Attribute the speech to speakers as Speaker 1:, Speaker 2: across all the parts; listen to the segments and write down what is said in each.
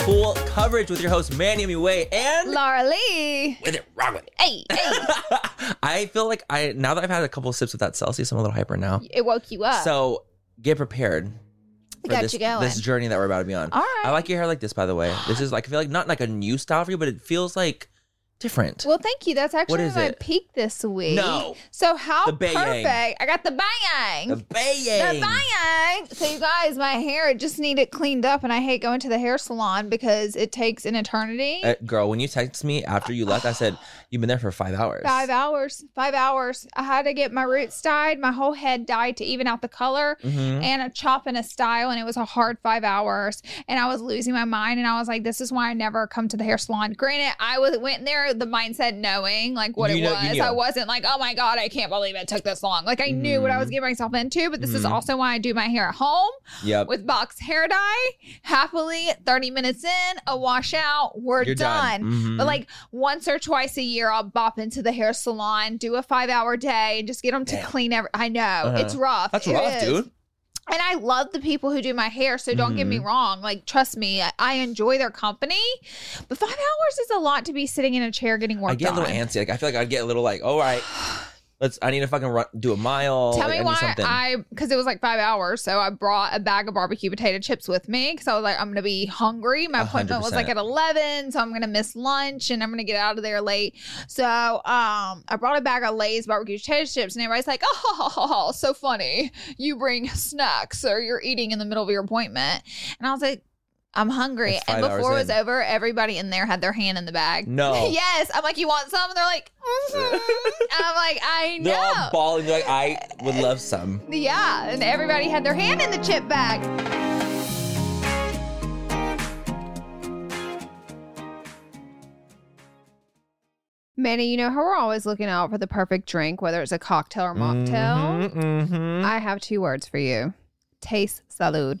Speaker 1: Cool coverage with your host, Manny Muay and
Speaker 2: Laura Lee.
Speaker 1: with it, wrong with it.
Speaker 2: Hey, hey.
Speaker 1: I feel like I now that I've had a couple sips of that Celsius, I'm a little hyper now.
Speaker 2: it woke you up.
Speaker 1: So get prepared for
Speaker 2: Got
Speaker 1: this,
Speaker 2: you going.
Speaker 1: this journey that we're about to be on.
Speaker 2: All right.
Speaker 1: I like your hair like this, by the way. This is like I feel like not like a new style for you, but it feels like different.
Speaker 2: well, thank you. That's actually
Speaker 1: is
Speaker 2: my
Speaker 1: it?
Speaker 2: peak this week.
Speaker 1: No.
Speaker 2: So how
Speaker 1: The bayang.
Speaker 2: perfect. I got the bang.
Speaker 1: the bayang.
Speaker 2: The bang. So you guys, my hair it just needed cleaned up and I hate going to the hair salon because it takes an eternity.
Speaker 1: Uh, girl, when you texted me after you left, I said you've been there for five hours.
Speaker 2: Five hours. Five hours. I had to get my roots dyed, my whole head dyed to even out the color,
Speaker 1: Mhm.
Speaker 2: and a chop and a style. And it was a hard five hours. And I was losing my mind. And I was like, this is why I never come to the hair salon. Granted, I was went there with the mindset knowing like what
Speaker 1: You
Speaker 2: it
Speaker 1: know- you
Speaker 2: was.
Speaker 1: knew.
Speaker 2: I wasn't like, oh my God, I can't believe it took this long. Like I knew what I
Speaker 1: Mm-hmm.
Speaker 2: was getting myself into, but this is
Speaker 1: Mhm.
Speaker 2: also why I do my hair at home
Speaker 1: Yep.
Speaker 2: with box hair dye. Happily, 30 minutes in, a washout, we're
Speaker 1: You're
Speaker 2: done.
Speaker 1: done. Mhm.
Speaker 2: But like once or twice a year, I'll bop into the hair salon, do a five hour day, and just get them to
Speaker 1: Damn.
Speaker 2: clean every. I know it's
Speaker 1: Uh-huh.
Speaker 2: rough.
Speaker 1: that's
Speaker 2: It
Speaker 1: rough,
Speaker 2: is.
Speaker 1: dude.
Speaker 2: And I love the people who do my hair. So don't get
Speaker 1: Mm-hmm.
Speaker 2: me wrong. Like, trust me, I- I enjoy their company. But five hours is a lot to be sitting in a chair getting work
Speaker 1: I get a
Speaker 2: done.
Speaker 1: little antsy. Like I feel like I'd get a little like, all right, let's. I need to fucking run, do a mile. like,
Speaker 2: Tell me
Speaker 1: I need
Speaker 2: why
Speaker 1: something.
Speaker 2: I, because it was like five hours. So I brought a bag of barbecue potato chips with me because I was like, I'm going to be hungry. My
Speaker 1: A
Speaker 2: appointment
Speaker 1: hundred
Speaker 2: was like at 11. So I'm going to miss lunch and I'm going to get out of there late. So um, I brought a bag of Lay's barbecue potato chips and everybody's like, oh, so funny. You bring snacks or you're eating in the middle of your appointment. And I was like, I'm hungry.
Speaker 1: It's
Speaker 2: And
Speaker 1: five hours
Speaker 2: before it was
Speaker 1: in.
Speaker 2: over, everybody in there had their hand in the bag.
Speaker 1: No.
Speaker 2: yes. I'm like, you want some? And they're like, "Mhm." and I'm like, I know.
Speaker 1: They're all bawling. They're like, I would love some.
Speaker 2: Yeah, and everybody had their hand in the chip bag. Manny, you know how we're always looking out for the perfect drink, whether it's a cocktail or mocktail?
Speaker 1: Mhm, mhm.
Speaker 2: I have two words for you. Taste salud.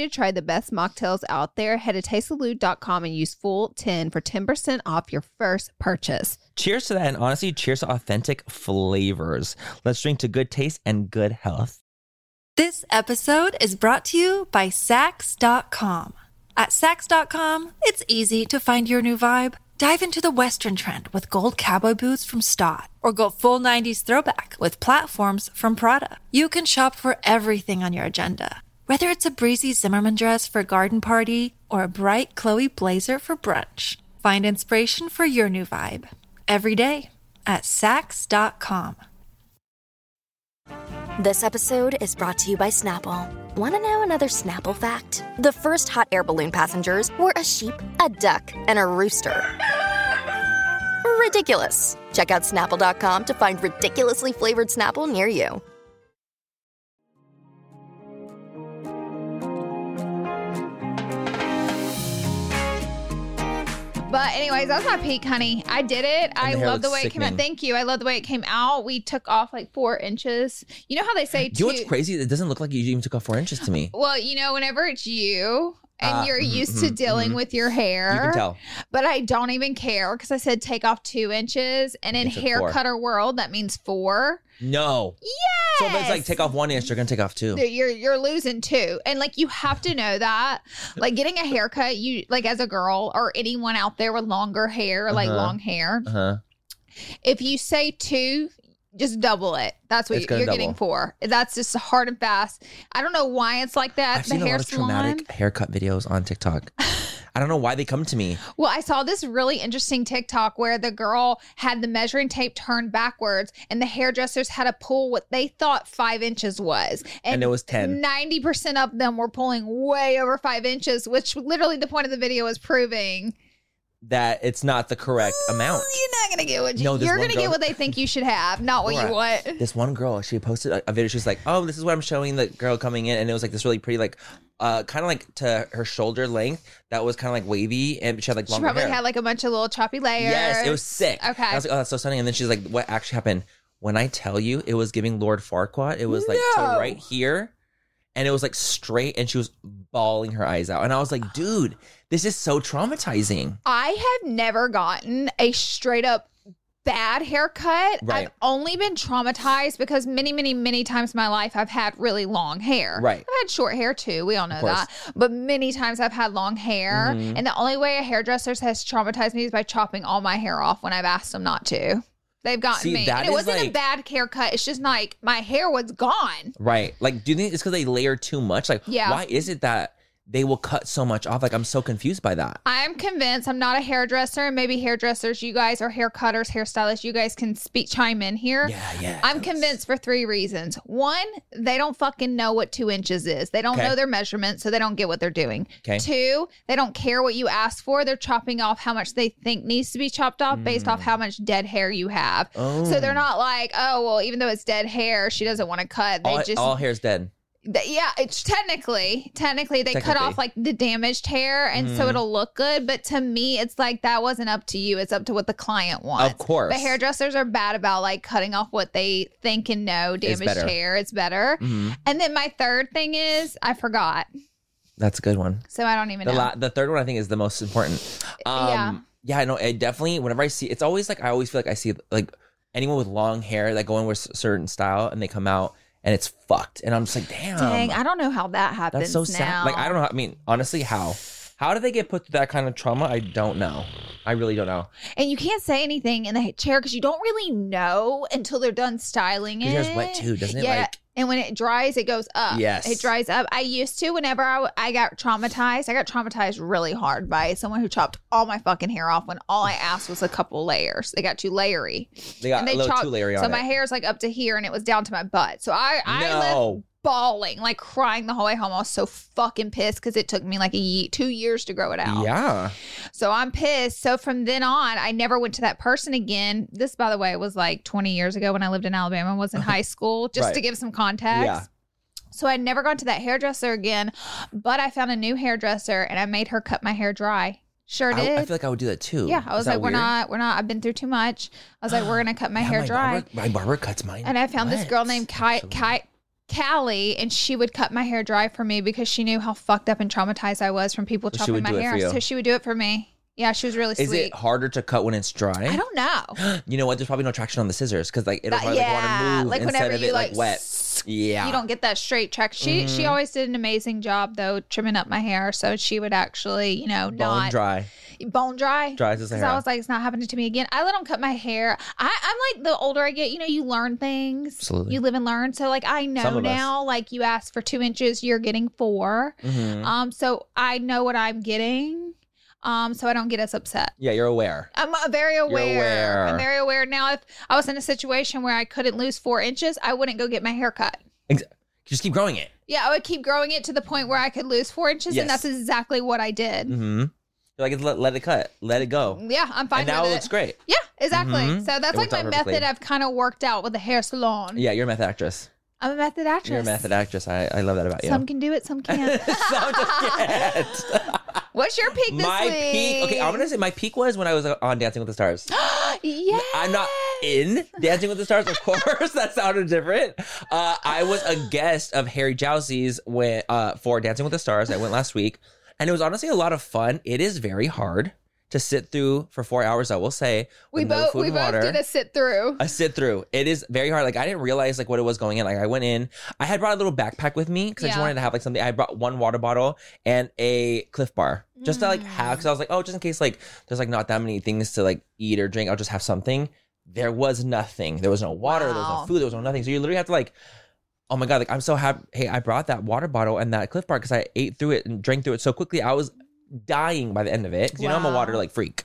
Speaker 2: to try the best mocktails out there, head to tastesalute.com and use full 10 for 10% off your first purchase.
Speaker 1: Cheers to that, and honestly, cheers to authentic flavors. Let's drink to good taste and good health.
Speaker 3: This episode is brought to you by Sax.com. At Sax.com, it's easy to find your new vibe. Dive into the Western trend with gold cowboy boots from Stott, or go full 90s throwback with platforms from Prada. You can shop for everything on your agenda, whether it's a breezy Zimmerman dress for a garden party or a bright Chloe blazer for brunch. Find inspiration for your new vibe every day at Sax.com.
Speaker 4: This episode is brought to you by Snapple. Want to know another Snapple fact? The first hot air balloon passengers were a sheep, a duck, and a rooster. Ridiculous. Check out snapple.com to find ridiculously flavored Snapple near you.
Speaker 2: But anyways, that was my peak, honey. I did it. I
Speaker 1: the hair
Speaker 2: love the
Speaker 1: looks
Speaker 2: way it came out.
Speaker 1: sickening.
Speaker 2: Thank you. I love the way it came out. We took off like four inches. You know how they say
Speaker 1: Do you know what's
Speaker 2: two-
Speaker 1: crazy? It doesn't look like you even took off four inches to me.
Speaker 2: Well, you know, whenever it's you and
Speaker 1: Ah,
Speaker 2: you're
Speaker 1: mhm,
Speaker 2: used to
Speaker 1: mhm,
Speaker 2: dealing
Speaker 1: mhm.
Speaker 2: with your hair,
Speaker 1: You can tell.
Speaker 2: but I don't even care because I said take off two inches, and in
Speaker 1: You took four.
Speaker 2: haircutter world that means four.
Speaker 1: No. So if it's like
Speaker 2: Yes!
Speaker 1: take off one inch, you're gonna take off two.
Speaker 2: that you're you're losing two and like you have to know that like getting a haircut you like as a girl or anyone out there with longer hair like
Speaker 1: Uh-huh.
Speaker 2: long hair
Speaker 1: Uh huh.
Speaker 2: if you say two just double it. That's what
Speaker 1: It's
Speaker 2: you-
Speaker 1: gonna
Speaker 2: you're getting
Speaker 1: double.
Speaker 2: for. That's just hard and fast. I don't know why it's like that.
Speaker 1: I've
Speaker 2: the
Speaker 1: seen a
Speaker 2: hair
Speaker 1: lot of
Speaker 2: salon.
Speaker 1: traumatic haircut videos on TikTok. I don't know why they come to me.
Speaker 2: Well, I saw this really interesting TikTok where the girl had the measuring tape turned backwards, and the hairdressers had to pull what they thought five inches was,
Speaker 1: And it was 10.
Speaker 2: Ninety percent of them were pulling way over five inches, which literally the point of the video is proving
Speaker 1: That it's not the correct amount.
Speaker 2: you're not gonna get what you,
Speaker 1: No, this
Speaker 2: you're
Speaker 1: one
Speaker 2: gonna get
Speaker 1: girl-
Speaker 2: what they think you should have, not what you
Speaker 1: Laura,
Speaker 2: want.
Speaker 1: This one girl, she posted a, a video. She's like, "Oh, this is what I'm showing the girl coming in," and it was like this really pretty, like, uh, kind of like to her shoulder length. That was kind of like wavy, and she had like
Speaker 2: She
Speaker 1: longer
Speaker 2: probably
Speaker 1: hair.
Speaker 2: had like a bunch of little choppy layers.
Speaker 1: Yes, it was sick.
Speaker 2: Okay.
Speaker 1: I was like, oh, that's so stunning. And then she's like, what actually happened? When I tell you, it was giving Lord Farquaad. It was like
Speaker 2: No.
Speaker 1: to right here, and it was like straight, and she was bawling her eyes out. And I was like, dude, this is so traumatizing.
Speaker 2: I have never gotten a straight up bad haircut.
Speaker 1: Right.
Speaker 2: I've only been traumatized because many, many, many times in my life I've had really long hair.
Speaker 1: Right.
Speaker 2: I've had short hair too. We all know
Speaker 1: course.
Speaker 2: that. But many times I've had long hair.
Speaker 1: Mhm.
Speaker 2: And the only way a hairdresser has traumatized me is by chopping all my hair off when I've asked them not to. They've gotten
Speaker 1: See,
Speaker 2: me.
Speaker 1: that
Speaker 2: And it
Speaker 1: is
Speaker 2: wasn't a
Speaker 1: like-
Speaker 2: bad haircut. It's just like my hair was gone.
Speaker 1: Right. Like, do you think it's because they layer too much? Like,
Speaker 2: Yeah.
Speaker 1: why is it that they will cut so much off? Like, I'm so confused by that.
Speaker 2: I'm convinced I'm not a hairdresser, and maybe hairdressers, you guys, or hair cutters, hairstylists, you guys can speak chime in here.
Speaker 1: Yeah, yeah.
Speaker 2: I'm convinced for three reasons. One, they don't fucking know what two inches is. They don't
Speaker 1: Okay.
Speaker 2: know their measurements, so they don't get what they're doing.
Speaker 1: Okay.
Speaker 2: Two, they don't care what you ask for. They're chopping off how much they think needs to be chopped off based off how much dead hair you have.
Speaker 1: Mm. Oh.
Speaker 2: So they're not like, oh, well, even though it's dead hair, she doesn't want to cut. They
Speaker 1: all,
Speaker 2: just
Speaker 1: all hair's dead.
Speaker 2: Th- yeah, it's technically, technically they cut
Speaker 1: Technically. Mm-hmm.
Speaker 2: off like the damaged hair, and so it'll look good. But to me, it's like that wasn't up to you. It's up to what the client wants.
Speaker 1: Of course.
Speaker 2: But hairdressers are bad about like cutting off what they think and know damaged
Speaker 1: better.
Speaker 2: hair. It's better.
Speaker 1: Mhm.
Speaker 2: And then my third thing is I forgot,
Speaker 1: That's a good one.
Speaker 2: so I don't even
Speaker 1: The,
Speaker 2: know.
Speaker 1: la- the third one I think is the most important.
Speaker 2: Uh, Yeah.
Speaker 1: Um, yeah. I know. It definitely, whenever I see, it's always like, I always feel like I see like anyone with long hair that go in with a certain style and they come out and it's fucked. And I'm just like, damn,
Speaker 2: Dang, I don't know how that happens.
Speaker 1: um, that's so sad.
Speaker 2: now.
Speaker 1: Like, I don't know. I mean, honestly, how? How do they get put through that kind of trauma? I don't know. I really don't know.
Speaker 2: And you can't say anything in the chair because you don't really know until they're done styling it.
Speaker 1: 'Cause your hair's wet too, doesn't it?
Speaker 2: Yeah.
Speaker 1: Like-
Speaker 2: and when it dries, it goes up.
Speaker 1: Yes.
Speaker 2: It dries up. I used to, whenever I, w- I got traumatized, I got traumatized really hard by someone who chopped all my fucking hair off when all I asked was a couple layers. They got too layery.
Speaker 1: They got
Speaker 2: and
Speaker 1: a
Speaker 2: they
Speaker 1: little
Speaker 2: chopped,
Speaker 1: too layery on
Speaker 2: So my
Speaker 1: it.
Speaker 2: hair's like up to here and it was down to my butt. So I, I left
Speaker 1: no.
Speaker 2: bawling, like crying the whole way home. I was so fucking pissed because it took me like a ye- two years to grow it out.
Speaker 1: Yeah.
Speaker 2: So I'm pissed. So from then on, I never went to that person again. This, by the way, was like 20 years ago when I lived in Alabama, was in high school, just
Speaker 1: Right.
Speaker 2: to give some context.
Speaker 1: Yeah.
Speaker 2: So I'd never gone to that hairdresser again, but I found a new hairdresser and I made her cut my hair dry. Sure did.
Speaker 1: I, I feel like I would do that too.
Speaker 2: yeah, I
Speaker 1: Is
Speaker 2: was
Speaker 1: that
Speaker 2: like, we're
Speaker 1: weird?
Speaker 2: not, we're not. I've been through too much. I was like, we're gonna cut my
Speaker 1: Yeah,
Speaker 2: hair dry.
Speaker 1: barber- my barber cuts mine.
Speaker 2: And I found this girl
Speaker 1: wet,
Speaker 2: named Kai,
Speaker 1: actually.
Speaker 2: Kai, Callie, and she would cut my hair dry for me because she knew how fucked up and traumatized I was from people
Speaker 1: So she
Speaker 2: chopping
Speaker 1: would
Speaker 2: my
Speaker 1: do it for
Speaker 2: hair.
Speaker 1: you.
Speaker 2: So she would do it for me. Yeah, she was really
Speaker 1: Is
Speaker 2: sweet.
Speaker 1: it harder to cut when it's dry?
Speaker 2: I don't know.
Speaker 1: you know what? There's probably no traction on the scissors because like it'll
Speaker 2: That-
Speaker 1: probably like, want
Speaker 2: yeah,
Speaker 1: to move
Speaker 2: like
Speaker 1: instead
Speaker 2: whenever
Speaker 1: of
Speaker 2: you
Speaker 1: it like,
Speaker 2: like,
Speaker 1: wet. Yeah,
Speaker 2: You don't get that straight track. She she
Speaker 1: Mm-hmm.
Speaker 2: always did an amazing job though trimming up my hair, so she would actually you know
Speaker 1: bone
Speaker 2: not
Speaker 1: dry.
Speaker 2: bone dry.
Speaker 1: Dries as a
Speaker 2: Because
Speaker 1: hair.
Speaker 2: I was like, it's not happening to me again. I let them cut my hair. I, I'm like, the older I get, you know, you learn things.
Speaker 1: Absolutely.
Speaker 2: You live and learn. So, like, I
Speaker 1: Some
Speaker 2: know
Speaker 1: of us.
Speaker 2: now, like, you asked for two inches, you're getting 4
Speaker 1: Mhm.
Speaker 2: Um, so I know what I'm getting. Um, so I don't get as upset.
Speaker 1: yeah, you're aware.
Speaker 2: I'm uh, very aware.
Speaker 1: aware.
Speaker 2: I'm very aware now. If I was in a situation where I couldn't lose four inches, I wouldn't go get my hair cut.
Speaker 1: Ex- just keep growing it.
Speaker 2: Yeah, I would keep growing it to the point where I could lose four inches,
Speaker 1: Yes.
Speaker 2: and that's exactly what I did.
Speaker 1: Mm-hmm. You're like let, let it cut, let it go,
Speaker 2: Yeah, I'm fine
Speaker 1: Mm-hmm. and now
Speaker 2: with
Speaker 1: it
Speaker 2: it.
Speaker 1: looks great.
Speaker 2: Yeah, exactly.
Speaker 1: Mhm.
Speaker 2: So
Speaker 1: It
Speaker 2: that's like
Speaker 1: worked
Speaker 2: my
Speaker 1: out perfectly.
Speaker 2: method I've kind of worked out with the hair salon.
Speaker 1: Yeah, you're a method actress.
Speaker 2: I'm a method actress.
Speaker 1: You're a method actress. I, I love that about you.
Speaker 2: Some can do it, some can't.
Speaker 1: Some just can't.
Speaker 2: What's your peak this
Speaker 1: my
Speaker 2: week?
Speaker 1: peak. Okay, I'm gonna say my peak was when I was uh, on Dancing with the Stars.
Speaker 2: yeah.
Speaker 1: I'm not in Dancing with the Stars, of course. that sounded different. Uh, I was a guest of Harry Jowsey's when, uh, for Dancing with the Stars. I went last week, and it was honestly a lot of fun. It is very hard to sit through for four hours. I will say,
Speaker 2: We
Speaker 1: with no
Speaker 2: both
Speaker 1: food
Speaker 2: we
Speaker 1: and
Speaker 2: both
Speaker 1: water.
Speaker 2: did a sit through.
Speaker 1: A sit through. It is very hard. Like I didn't realize like what it was going in. Like I went in. I had brought a little backpack with me because I just
Speaker 2: Yeah.
Speaker 1: wanted to have like something. I brought one water bottle and a Cliff Bar just to like
Speaker 2: Mm.
Speaker 1: have. Because I was like, oh, just in case like there's like not that many things to like eat or drink, I'll just have something. there was nothing. There was no water. There was
Speaker 2: Wow.
Speaker 1: no food. There was no nothing. So you literally have to like, oh my god, like I'm so happy. Hey, I brought that water bottle and that Cliff Bar because I ate through it and drank through it so quickly. I was dying by the end of it. 'Cause You know I'm a
Speaker 2: Wow.
Speaker 1: water like freak.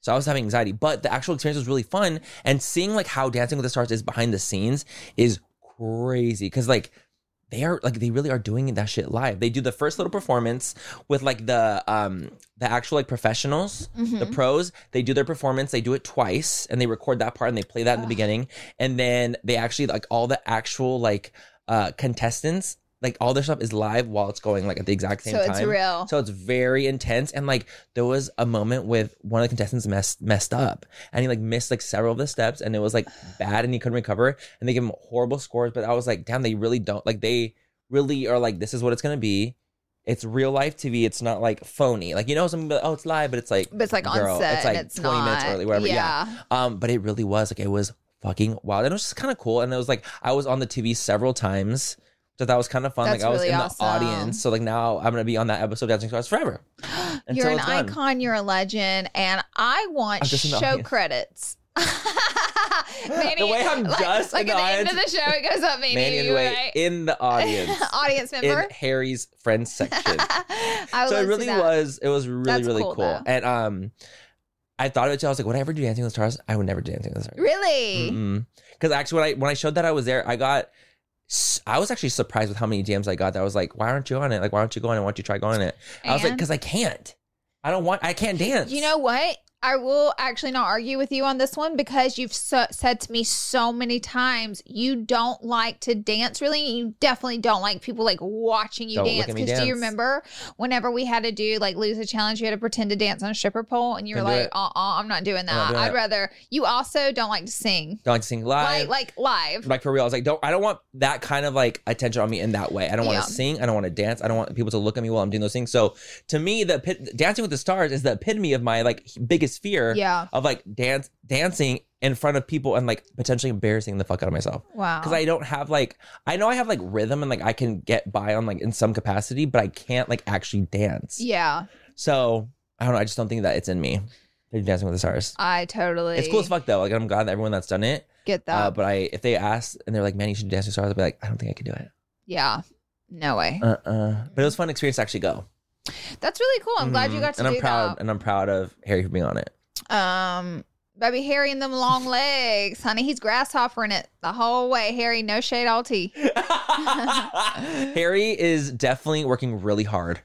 Speaker 1: So I was having anxiety, but the actual experience was really fun. And seeing like how Dancing with the Stars is behind the scenes is crazy because like they are like they really are doing that shit live. They do the first little performance with like the um the actual like professionals, the pros. They do their performance. They do it twice, and they record that part and they play that in the beginning, and then they actually like all the actual like uh contestants. Like all their stuff is live while it's going like at the exact same
Speaker 2: So
Speaker 1: time.
Speaker 2: it's real.
Speaker 1: So it's very intense. And like there was a moment with one of the contestants messed messed up and he like missed like several of the steps and it was like bad and he couldn't recover. And they gave him horrible scores. But I was like, damn, they really don't like they really are like, this is what it's gonna be. It's real life TV. It's not like phony. Like you know, some people, oh, it's live, but it's like
Speaker 2: But it's like on
Speaker 1: girl,
Speaker 2: set
Speaker 1: It's
Speaker 2: and
Speaker 1: like
Speaker 2: it's
Speaker 1: twenty minutes
Speaker 2: not-
Speaker 1: early, whatever. yeah.
Speaker 2: yeah.
Speaker 1: Um, but it really was like it was fucking wild. And it was just kind of cool. And it was like I was on the TV several times. So that was kind of fun.
Speaker 2: That's
Speaker 1: like I was
Speaker 2: really
Speaker 1: in the
Speaker 2: awesome.
Speaker 1: audience. So like now I'm gonna be on that episode of Dancing Stars forever. Until
Speaker 2: you're an
Speaker 1: it's done.
Speaker 2: icon. You're a legend, and I want
Speaker 1: I'm just in the
Speaker 2: show
Speaker 1: audience.
Speaker 2: credits. Manny,
Speaker 1: way I'm
Speaker 2: like,
Speaker 1: just in
Speaker 2: like
Speaker 1: the
Speaker 2: at the end of
Speaker 1: audience.
Speaker 2: the show, it goes up, Manny.
Speaker 1: Manny and
Speaker 2: you
Speaker 1: Wei
Speaker 2: right?
Speaker 1: in the audience.
Speaker 2: audience member.
Speaker 1: in Harry's friends section.
Speaker 2: I would
Speaker 1: so
Speaker 2: love
Speaker 1: it
Speaker 2: to
Speaker 1: really
Speaker 2: see that.
Speaker 1: was it was really,
Speaker 2: That's
Speaker 1: really
Speaker 2: cool,
Speaker 1: cool.
Speaker 2: though.
Speaker 1: And um I thought of it too. I was like, would I ever do Dancing with the Stars? I would never do Dancing with the Stars. Mm-hmm.
Speaker 2: really.
Speaker 1: Because actually, when I when I showed that I was there, I got s- I was actually surprised with how many DMs I got. That I was like, why aren't you on it? Like, why don't you go on it? Why don't you try going on it? I was like,
Speaker 2: And?
Speaker 1: because I can't. I don't want. I can't dance.
Speaker 2: You know what? I will actually not argue with you on this one because you've so- said to me so many times you don't like to dance really. and You definitely don't like people like watching you
Speaker 1: Don't look
Speaker 2: dance.
Speaker 1: at me
Speaker 2: Because do you
Speaker 1: dance.
Speaker 2: remember whenever we had to do like lose a challenge, you had to pretend to dance on a stripper pole, and you were
Speaker 1: Couldn't do
Speaker 2: like,
Speaker 1: it.
Speaker 2: "Uh, uh-uh, I'm not doing that.
Speaker 1: not doing
Speaker 2: I'd
Speaker 1: it."
Speaker 2: rather." You also don't like to sing,
Speaker 1: don't like to sing live.
Speaker 2: like like live.
Speaker 1: like for real, I was like, don't. I don't want that kind of like attention on me in that way. I don't
Speaker 2: Yeah.
Speaker 1: want to sing. I don't want to dance. I don't want people to look at me while I'm doing those things. So to me, the epit- Dancing with the Stars is the epitome of my like biggest fear.
Speaker 2: Yeah.
Speaker 1: Of like dance dancing in front of people and like potentially embarrassing the fuck out of myself.
Speaker 2: Wow.
Speaker 1: because I don't have like I know I have like rhythm and like I can get by on like in some capacity, but I can't like actually dance.
Speaker 2: yeah,
Speaker 1: So I don't know. I just don't think that it's in me. They're Dancing with the Stars.
Speaker 2: I totally.
Speaker 1: It's cool as fuck though. Like I'm glad that everyone that's done it.
Speaker 2: Get that?
Speaker 1: Uh, but I if they ask and they're like, "Man, you should do Dancing with the Stars," I'll be like, "I don't think I could do it."
Speaker 2: yeah. No way.
Speaker 1: Uh uh But it was a fun experience to actually go.
Speaker 2: That's really cool. Oh, I'm glad you
Speaker 1: Mhm.
Speaker 2: got to
Speaker 1: And
Speaker 2: do
Speaker 1: I'm proud.
Speaker 2: that.
Speaker 1: And I'm proud of Harry for being on it.
Speaker 2: Um, baby Harry and them long legs, honey. He's grasshopper in it the whole way. Harry, no shade, all tea.
Speaker 1: Harry is definitely working really hard.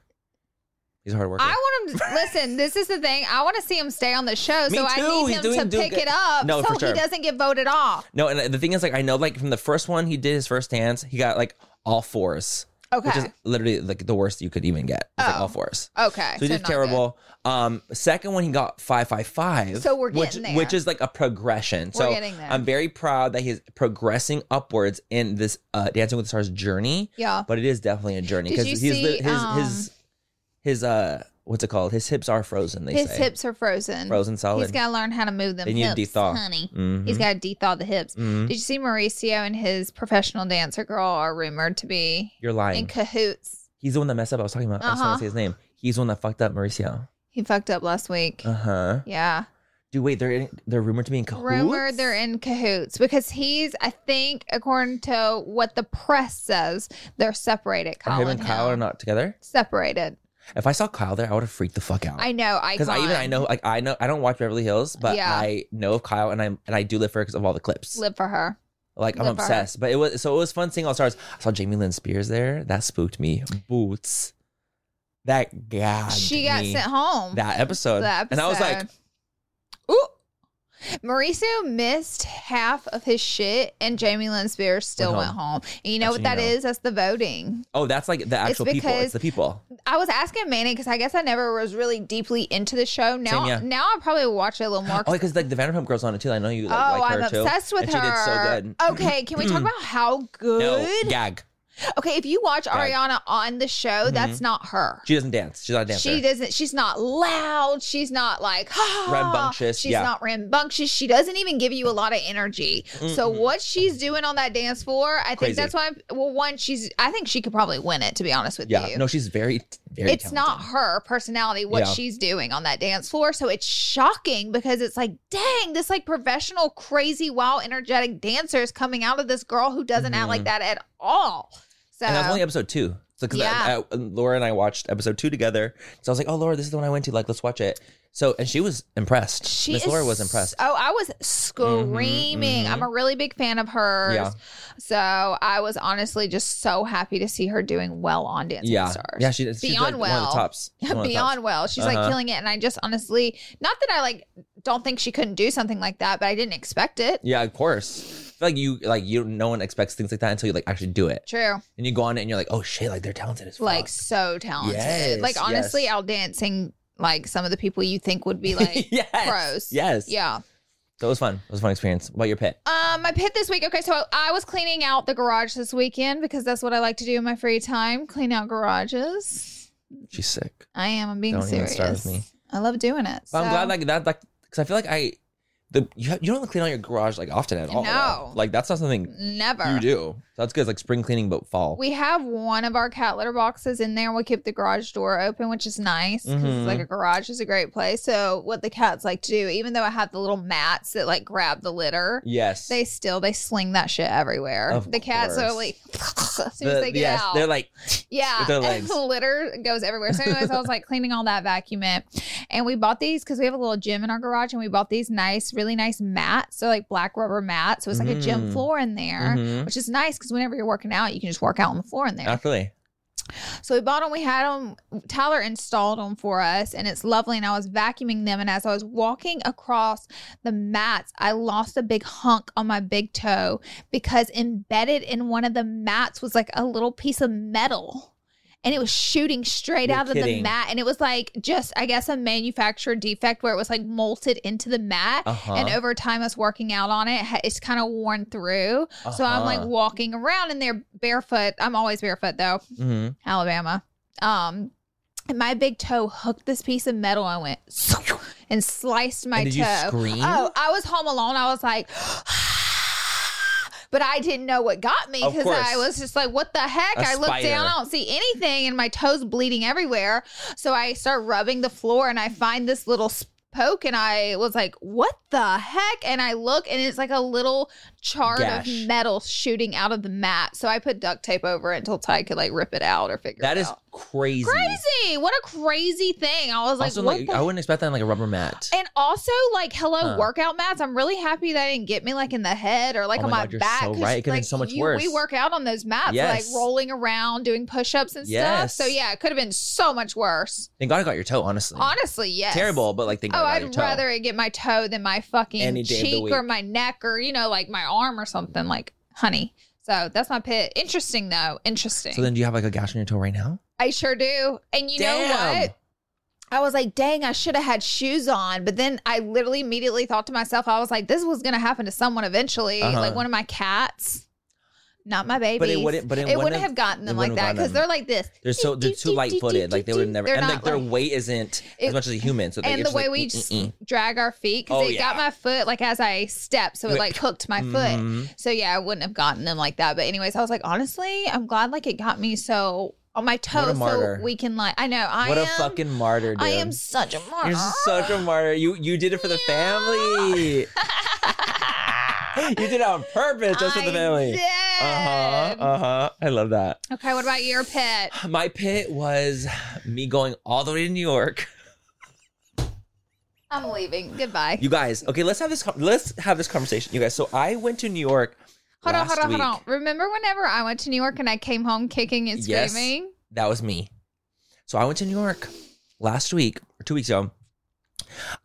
Speaker 1: He's a hard worker.
Speaker 2: I want him. To, listen, this is the thing. I want to see him stay on the show,
Speaker 1: Me
Speaker 2: so
Speaker 1: too.
Speaker 2: I need
Speaker 1: He's
Speaker 2: him
Speaker 1: doing-
Speaker 2: to
Speaker 1: doing
Speaker 2: pick
Speaker 1: good.
Speaker 2: it up,
Speaker 1: No,
Speaker 2: so
Speaker 1: for sure.
Speaker 2: he doesn't get voted off.
Speaker 1: No, and uh, the thing is, like, I know, like, from the first one, he did his first dance, he got like all fours,
Speaker 2: Okay,
Speaker 1: which is literally like the worst you could even get. It's, like,
Speaker 2: Oh.
Speaker 1: all fours.
Speaker 2: okay.
Speaker 1: So he did
Speaker 2: not
Speaker 1: terrible. Um, second one, he got five, five, five.
Speaker 2: So we're
Speaker 1: which,
Speaker 2: getting there.
Speaker 1: which is like a progression. so
Speaker 2: getting there.
Speaker 1: I'm very proud that he's progressing upwards in this uh, Dancing with the Stars journey.
Speaker 2: good. Yeah.
Speaker 1: But it is definitely a journey
Speaker 2: Did
Speaker 1: because
Speaker 2: you
Speaker 1: he's li-
Speaker 2: see, um,
Speaker 1: his his his uh what's it called? His hips are frozen. They
Speaker 2: His
Speaker 1: say
Speaker 2: hips are frozen.
Speaker 1: frozen solid.
Speaker 2: He's got to learn how to move them.
Speaker 1: They need to
Speaker 2: hips,
Speaker 1: de-thaw.
Speaker 2: honey.
Speaker 1: Mhm.
Speaker 2: He's got to de-thaw the hips.
Speaker 1: Mhm.
Speaker 2: Did you see Mauricio and his professional dancer girl are rumored to be
Speaker 1: You're lying.
Speaker 2: in cahoots?
Speaker 1: He's the one that messed up. I was talking about. I was
Speaker 2: Uh-huh.
Speaker 1: trying to say his name. He's the one that fucked up Mauricio.
Speaker 2: He fucked up last week.
Speaker 1: Uh huh.
Speaker 2: yeah.
Speaker 1: Dude, wait. They're in, they're rumored to be in cahoots.
Speaker 2: rumored they're in cahoots because he's, I think, according to what the press says, they're separated.
Speaker 1: Are
Speaker 2: Colin
Speaker 1: him and Kyle are not together.
Speaker 2: separated.
Speaker 1: If I saw Kyle there, I would have freaked the fuck out.
Speaker 2: I know. I
Speaker 1: because Oh. I even I know like I know I don't watch Beverly Hills, but
Speaker 2: Yeah.
Speaker 1: I know of Kyle and I and I do live for her because of all the clips.
Speaker 2: live for her.
Speaker 1: like I'm
Speaker 2: live for her.
Speaker 1: obsessed. But it was so it was fun seeing all the stars. I saw Jamie Lynn Spears there. That spooked me. Boots. That gagged
Speaker 2: she got
Speaker 1: me.
Speaker 2: sent home.
Speaker 1: That episode.
Speaker 2: That
Speaker 1: and I was like,
Speaker 2: episode. ooh. Mauricio missed half of his shit, and Jamie Lynn Spears still
Speaker 1: Went
Speaker 2: went home. And you know
Speaker 1: That's
Speaker 2: what
Speaker 1: when
Speaker 2: that
Speaker 1: you
Speaker 2: is?
Speaker 1: know.
Speaker 2: That's the voting.
Speaker 1: oh, that's like the actual people. It's
Speaker 2: because-
Speaker 1: the people.
Speaker 2: I was asking Manny because I guess I never was really deeply into the show. Now,
Speaker 1: Same, yeah.
Speaker 2: now I probably watch it a little more.
Speaker 1: Oh, because like the Vanderpump Girls on it too. I know you like,
Speaker 2: oh,
Speaker 1: like her
Speaker 2: I'm
Speaker 1: too.
Speaker 2: obsessed with
Speaker 1: and
Speaker 2: her.
Speaker 1: She did so good.
Speaker 2: Okay, can we talk about how good?
Speaker 1: No gag.
Speaker 2: Okay, if you watch
Speaker 1: Right.
Speaker 2: Ariana on the show, that's not her.
Speaker 1: Mm-hmm. She doesn't dance. She's not a dancer.
Speaker 2: She doesn't. She's not loud. She's not like ha.
Speaker 1: Rambunctious,
Speaker 2: She's
Speaker 1: yeah.
Speaker 2: not rambunctious. She doesn't even give you a lot of energy. So what she's doing on that dance floor, I think
Speaker 1: Crazy.
Speaker 2: that's why. Well, one, she's. I think she could probably win it. To be honest with
Speaker 1: Yeah.
Speaker 2: you.
Speaker 1: No, she's very t- Very
Speaker 2: it's not her personality what
Speaker 1: Yeah.
Speaker 2: she's doing on that dance floor so it's shocking because it's like dang this like professional crazy wild energetic dancer is coming out of this girl who doesn't act like
Speaker 1: Mhm.
Speaker 2: that at all so
Speaker 1: And that was only episode two. So because
Speaker 2: Yeah.
Speaker 1: Laura and I watched episode two together, so I was like, "Oh, Laura, this is the one I went to. Like, let's watch it." So and she was impressed.
Speaker 2: she
Speaker 1: Miss
Speaker 2: is-
Speaker 1: Laura was impressed.
Speaker 2: Oh, I was screaming.
Speaker 1: mhm.
Speaker 2: I'm a really big fan of hers.
Speaker 1: Yeah.
Speaker 2: So I was honestly just so happy to see her doing well on Dancing
Speaker 1: yeah,
Speaker 2: with the Stars.
Speaker 1: yeah, she, she's like
Speaker 2: Beyond
Speaker 1: one of
Speaker 2: well.
Speaker 1: the tops. She's one of the tops.
Speaker 2: beyond well. She's
Speaker 1: Uh-huh.
Speaker 2: like killing it. And I just honestly, not that I like don't think she couldn't do something like that, but I didn't expect it.
Speaker 1: Yeah, of course. I feel like you like you. No one expects things like that until you like actually do it,
Speaker 2: True.
Speaker 1: and you go on it and you're like, "Oh shit!" Like they're talented as fuck.
Speaker 2: Like so talented.
Speaker 1: Yes,
Speaker 2: like honestly,
Speaker 1: yes.
Speaker 2: out dancing like some of the people you think would be like
Speaker 1: yes,
Speaker 2: pros.
Speaker 1: Yes,
Speaker 2: Yeah.
Speaker 1: So it was fun. It was a fun experience. What about your pet?
Speaker 2: Um, my pit this week. Okay, so I, I was cleaning out the garage this weekend because that's what I like to do in my free time: clean out garages.
Speaker 1: She's sick.
Speaker 2: I am. I'm being
Speaker 1: Don't even
Speaker 2: serious.
Speaker 1: start with me.
Speaker 2: I love doing it.
Speaker 1: But I'm
Speaker 2: so-
Speaker 1: glad like that. Like because I feel like I the you, have, you don't clean out your garage like often at all. though.
Speaker 2: No.
Speaker 1: like that's not something
Speaker 2: never.
Speaker 1: you do. So that's good. It's like spring cleaning, but fall.
Speaker 2: We have one of our cat litter boxes in there. We keep the garage door open, which is nice 'cause
Speaker 1: Mhm.
Speaker 2: like a garage is a great place. So what the cats like to do, even though I have the little mats that like grab the litter,
Speaker 1: yes.
Speaker 2: they still they sling that shit everywhere.
Speaker 1: Of
Speaker 2: the cats are
Speaker 1: course.
Speaker 2: like as soon
Speaker 1: The-
Speaker 2: as they get
Speaker 1: yes,
Speaker 2: out,
Speaker 1: they're like
Speaker 2: Yeah,
Speaker 1: with their
Speaker 2: and
Speaker 1: legs.
Speaker 2: the litter goes everywhere. So, anyways, I was like cleaning all that vacuum it, and we bought these because we have a little gym in our garage, and we bought these nice, really nice mats. They're like black rubber mats, so it's like a gym
Speaker 1: Mm.
Speaker 2: floor in there,
Speaker 1: Mhm.
Speaker 2: which is nice because whenever you're working out, you can just work out on the floor in there.
Speaker 1: actually.
Speaker 2: So we bought them. We had them. Tyler installed them for us, and it's lovely. And I was vacuuming them, and as I was walking across the mats, I lost a big hunk on my big toe because embedded in one of the mats was like a little piece of metal. And it was shooting straight
Speaker 1: You're
Speaker 2: out of the
Speaker 1: kidding.
Speaker 2: mat. And it was like just, I guess, a manufacturer defect where it was like molted into the mat.
Speaker 1: Uh huh.
Speaker 2: And over time, us working out on it, ha- it's kind of worn through. uh, So I'm
Speaker 1: Uh-huh.
Speaker 2: like walking around in there barefoot. I'm always barefoot though.
Speaker 1: hmm
Speaker 2: Alabama. Um, and my big toe hooked this piece of metal and went and sliced my
Speaker 1: And did you
Speaker 2: toe.
Speaker 1: scream?
Speaker 2: Oh, I was home alone. I was like, but I didn't know what got me
Speaker 1: Of
Speaker 2: because
Speaker 1: course.
Speaker 2: I was just like, what the heck?
Speaker 1: A
Speaker 2: I look
Speaker 1: spider.
Speaker 2: down, I don't see anything, and my toes bleeding everywhere. So I start rubbing the floor and I find this little s- poke and I was like, what the heck? And I look and it's like a little chart
Speaker 1: Gash.
Speaker 2: of metal shooting out of the mat. So I put duct tape over it until Ty could like rip it out or figure
Speaker 1: That
Speaker 2: it
Speaker 1: is
Speaker 2: out.
Speaker 1: crazy.
Speaker 2: Crazy. What a crazy thing. I was like,
Speaker 1: also,
Speaker 2: what
Speaker 1: like
Speaker 2: the Eh,
Speaker 1: I wouldn't expect that on like a rubber mat.
Speaker 2: and also, like, hello
Speaker 1: Huh.
Speaker 2: workout mats. I'm really happy that didn't get me like in the head or like
Speaker 1: Oh
Speaker 2: on
Speaker 1: my
Speaker 2: my
Speaker 1: God, you're
Speaker 2: back.
Speaker 1: so
Speaker 2: 'cause,
Speaker 1: right. It could've been
Speaker 2: like,
Speaker 1: so much
Speaker 2: you-
Speaker 1: worse.
Speaker 2: We work out on those mats,
Speaker 1: Yes.
Speaker 2: like rolling around, doing push ups and
Speaker 1: Yes.
Speaker 2: stuff. So yeah, it could have been so much worse.
Speaker 1: Thank God I got your toe. Honestly,
Speaker 2: Honestly, yes.
Speaker 1: terrible, but like thank God
Speaker 2: Oh,
Speaker 1: I got your
Speaker 2: I'd
Speaker 1: toe.
Speaker 2: rather it get my toe than my fucking
Speaker 1: Any day of the
Speaker 2: cheek or
Speaker 1: week.
Speaker 2: my neck or you know, like my arm or something. Like, honey. So that's my pit. Interesting though. Interesting.
Speaker 1: so then, do you have like a gash on your toe right now?
Speaker 2: I sure do. And you know
Speaker 1: Damn.
Speaker 2: what? I was like, dang, I should have had shoes on. But then I literally immediately thought to myself, I was like, this was going to happen to someone eventually,
Speaker 1: Uh-huh.
Speaker 2: like one of my cats, not my baby.
Speaker 1: But it wouldn't. But it,
Speaker 2: It wouldn't have gotten them
Speaker 1: it
Speaker 2: like
Speaker 1: wouldn't
Speaker 2: that
Speaker 1: have
Speaker 2: because
Speaker 1: gotten
Speaker 2: they're like this.
Speaker 1: They're so they're too light footed. Like they would have never.
Speaker 2: They're
Speaker 1: and like
Speaker 2: not
Speaker 1: their
Speaker 2: like-
Speaker 1: weight isn't
Speaker 2: It-
Speaker 1: as much as a human. So they-
Speaker 2: and
Speaker 1: it's
Speaker 2: the
Speaker 1: just
Speaker 2: way
Speaker 1: like,
Speaker 2: we
Speaker 1: mm,
Speaker 2: just
Speaker 1: mm, mm.
Speaker 2: drag our feet because
Speaker 1: Oh,
Speaker 2: it got
Speaker 1: yeah.
Speaker 2: my foot like as I stepped, so it
Speaker 1: Went
Speaker 2: like hooked my foot.
Speaker 1: Mhm.
Speaker 2: So yeah, I wouldn't have gotten them like that. But anyways, I was like, honestly, I'm glad like it got me so on my toes, so
Speaker 1: martyr.
Speaker 2: we can like I know I
Speaker 1: What
Speaker 2: am
Speaker 1: a fucking martyr, dude.
Speaker 2: I am such a martyr.
Speaker 1: You're such a martyr. You you did it for the family. you did it on purpose just for
Speaker 2: I
Speaker 1: the family.
Speaker 2: did.
Speaker 1: Uh huh. Uh huh. I love that.
Speaker 2: Okay, what about your pet?
Speaker 1: My pit was me going all the way to New York.
Speaker 2: I'm leaving. Goodbye.
Speaker 1: You guys, okay, let's have this. con- Let's have this conversation, you guys. So I went to New York.
Speaker 2: hold on,
Speaker 1: last
Speaker 2: hold on,
Speaker 1: week.
Speaker 2: hold on. Remember whenever I went to New York and I came home kicking and
Speaker 1: Yes.
Speaker 2: screaming?
Speaker 1: That was me. So I went to New York last week or two weeks ago.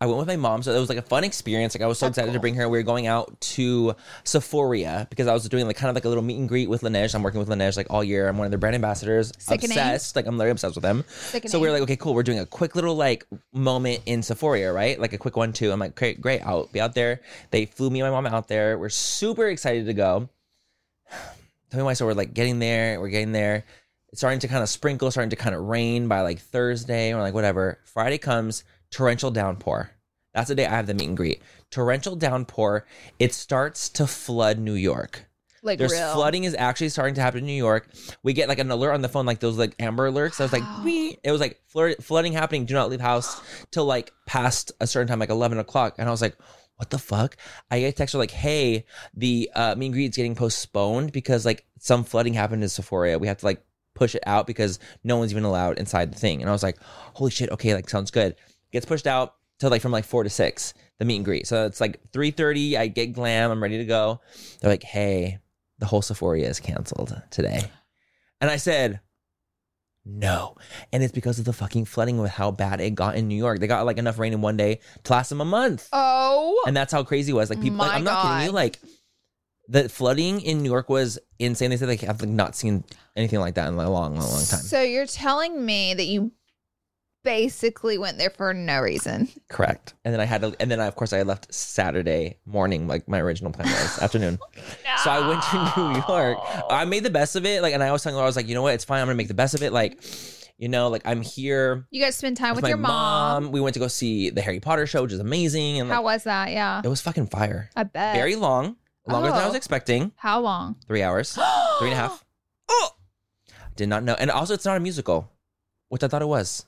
Speaker 1: I went with my mom, so it was like a fun experience. Like I was so excited to bring her. We were going out to Sephora because I was doing like kind of like a little meet and greet with Laneige. I'm working with Laneige like all year. I'm one of their brand ambassadors.
Speaker 2: Sickening.
Speaker 1: Obsessed. Like I'm literally obsessed with them. So we were like, okay, cool. We're doing a quick little like moment in Sephora, right? Like a quick one too. I'm like, great, great. I'll be out there. They flew me and my mom out there. We're super excited to go. Tell me why. So we're like getting there. We're getting there. It's starting to kind of sprinkle, starting to kind of rain by like Thursday. We're like, whatever. Friday comes, torrential downpour. That's the day I have the meet and greet. Torrential downpour. It starts to flood New York.
Speaker 2: Like
Speaker 1: There's
Speaker 2: real.
Speaker 1: flooding is actually starting to happen in New York. We get like an alert on the phone, like those like Amber alerts. I was like,
Speaker 2: Wow.
Speaker 1: "Wee." it was like floor- flooding happening. Do not leave house till like past a certain time, like eleven o'clock. And I was like, what the fuck? I get a text like, hey, the uh, meet and greet is getting postponed because like some flooding happened in Sephora. We have to like push it out because no one's even allowed inside the thing. And I was like, holy shit, okay, like sounds good. Gets pushed out to like from like four to six, the meet and greet. So it's like three thirty. I get glam. I'm ready to go. They're like, hey, the whole Sephora is canceled today. And I said, no. And it's because of the fucking flooding with how bad it got in New York. They got like enough rain in one day to last them a month.
Speaker 2: Oh,
Speaker 1: And that's how crazy it was. Like people, like,
Speaker 2: My
Speaker 1: I'm not kidding you.
Speaker 2: God.
Speaker 1: Like the flooding in New York was insane. They said like I've like, not seen anything like that in a long, long, long time.
Speaker 2: So you're telling me that you basically went there for no reason.
Speaker 1: Correct. And then I had to, and then I, of course I left Saturday morning, like my original plan was afternoon. So I went to New York. I made the best of it. Like, and I was telling Laura, I was like, you know what? It's fine. I'm gonna make the best of it. Like, you know, like I'm here
Speaker 2: You guys spend time with,
Speaker 1: my
Speaker 2: your mom.
Speaker 1: We went to go see the Harry Potter show, which is amazing. And like,
Speaker 2: How was that? Yeah.
Speaker 1: it was fucking fire.
Speaker 2: I bet.
Speaker 1: Very long, longer than I
Speaker 2: Oh.
Speaker 1: was expecting.
Speaker 2: How long?
Speaker 1: Three hours, three and a half. Oh, did not know. And also, it's not a musical, which I thought it was.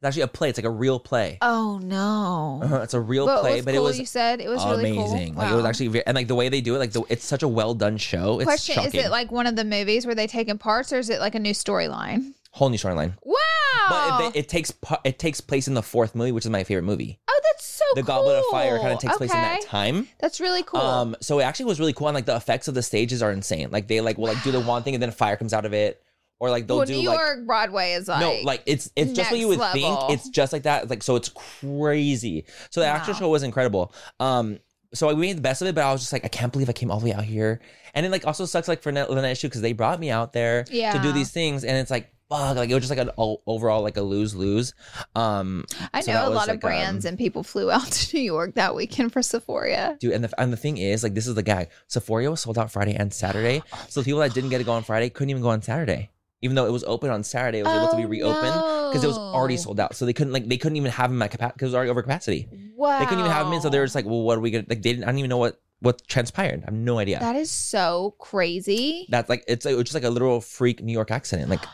Speaker 1: It's actually a play. It's like a real play.
Speaker 2: Oh no.
Speaker 1: Uh-huh, It's a real
Speaker 2: But
Speaker 1: play,
Speaker 2: was
Speaker 1: but
Speaker 2: cool,
Speaker 1: it was
Speaker 2: you said it was really cool.
Speaker 1: amazing. Like it was
Speaker 2: Wow.
Speaker 1: actually very, and like the way they do it, like the, it's such a well done show. It's
Speaker 2: Question:
Speaker 1: shocking.
Speaker 2: Is it like one of the movies where they take in parts, or is it like a new storyline?
Speaker 1: whole new storyline?
Speaker 2: Wow!
Speaker 1: But it, it takes pa- it takes place in the fourth movie, which is my favorite movie.
Speaker 2: oh, that's so
Speaker 1: the
Speaker 2: cool.
Speaker 1: Goblet of Fire kind of takes place in that
Speaker 2: Okay.
Speaker 1: time.
Speaker 2: That's really cool.
Speaker 1: Um, so it actually was really cool, and like the effects of the stages are insane. Like they like will like do the one thing, and then fire comes out of it, or like they'll
Speaker 2: well,
Speaker 1: do
Speaker 2: New
Speaker 1: like
Speaker 2: York Broadway is like
Speaker 1: no, like it's it's just what you would
Speaker 2: next level.
Speaker 1: think. It's just like that. Like so, it's crazy. So the actual
Speaker 2: Wow.
Speaker 1: show was incredible. Um, so I made the best of it, but I was just like, I can't believe I came all the way out here. And it like also sucks like for Lynette Lynette Shue because they brought me out there to
Speaker 2: Yeah.
Speaker 1: do these things, and it's like fuck, like it was just like an o- overall like a lose lose. Um,
Speaker 2: I know
Speaker 1: so that
Speaker 2: a
Speaker 1: was,
Speaker 2: lot of
Speaker 1: like,
Speaker 2: brands
Speaker 1: um,
Speaker 2: and people flew out to New York that weekend for Sephora.
Speaker 1: dude, and the and the thing is like this is the guy. Sephora was sold out Friday and Saturday, so the people that didn't get to go on Friday couldn't even go on Saturday, even though it was open on Saturday. It was able to be
Speaker 2: Oh,
Speaker 1: reopened. because it was already sold out. So they couldn't like they couldn't even have him at capacity because it was already over capacity.
Speaker 2: Wow!
Speaker 1: They couldn't even have him in. So they were just like, well, what are we gonna like? They didn't. I don't even know what what transpired. I have no idea.
Speaker 2: That is so crazy.
Speaker 1: That's like it's it was just like a literal freak New York accident.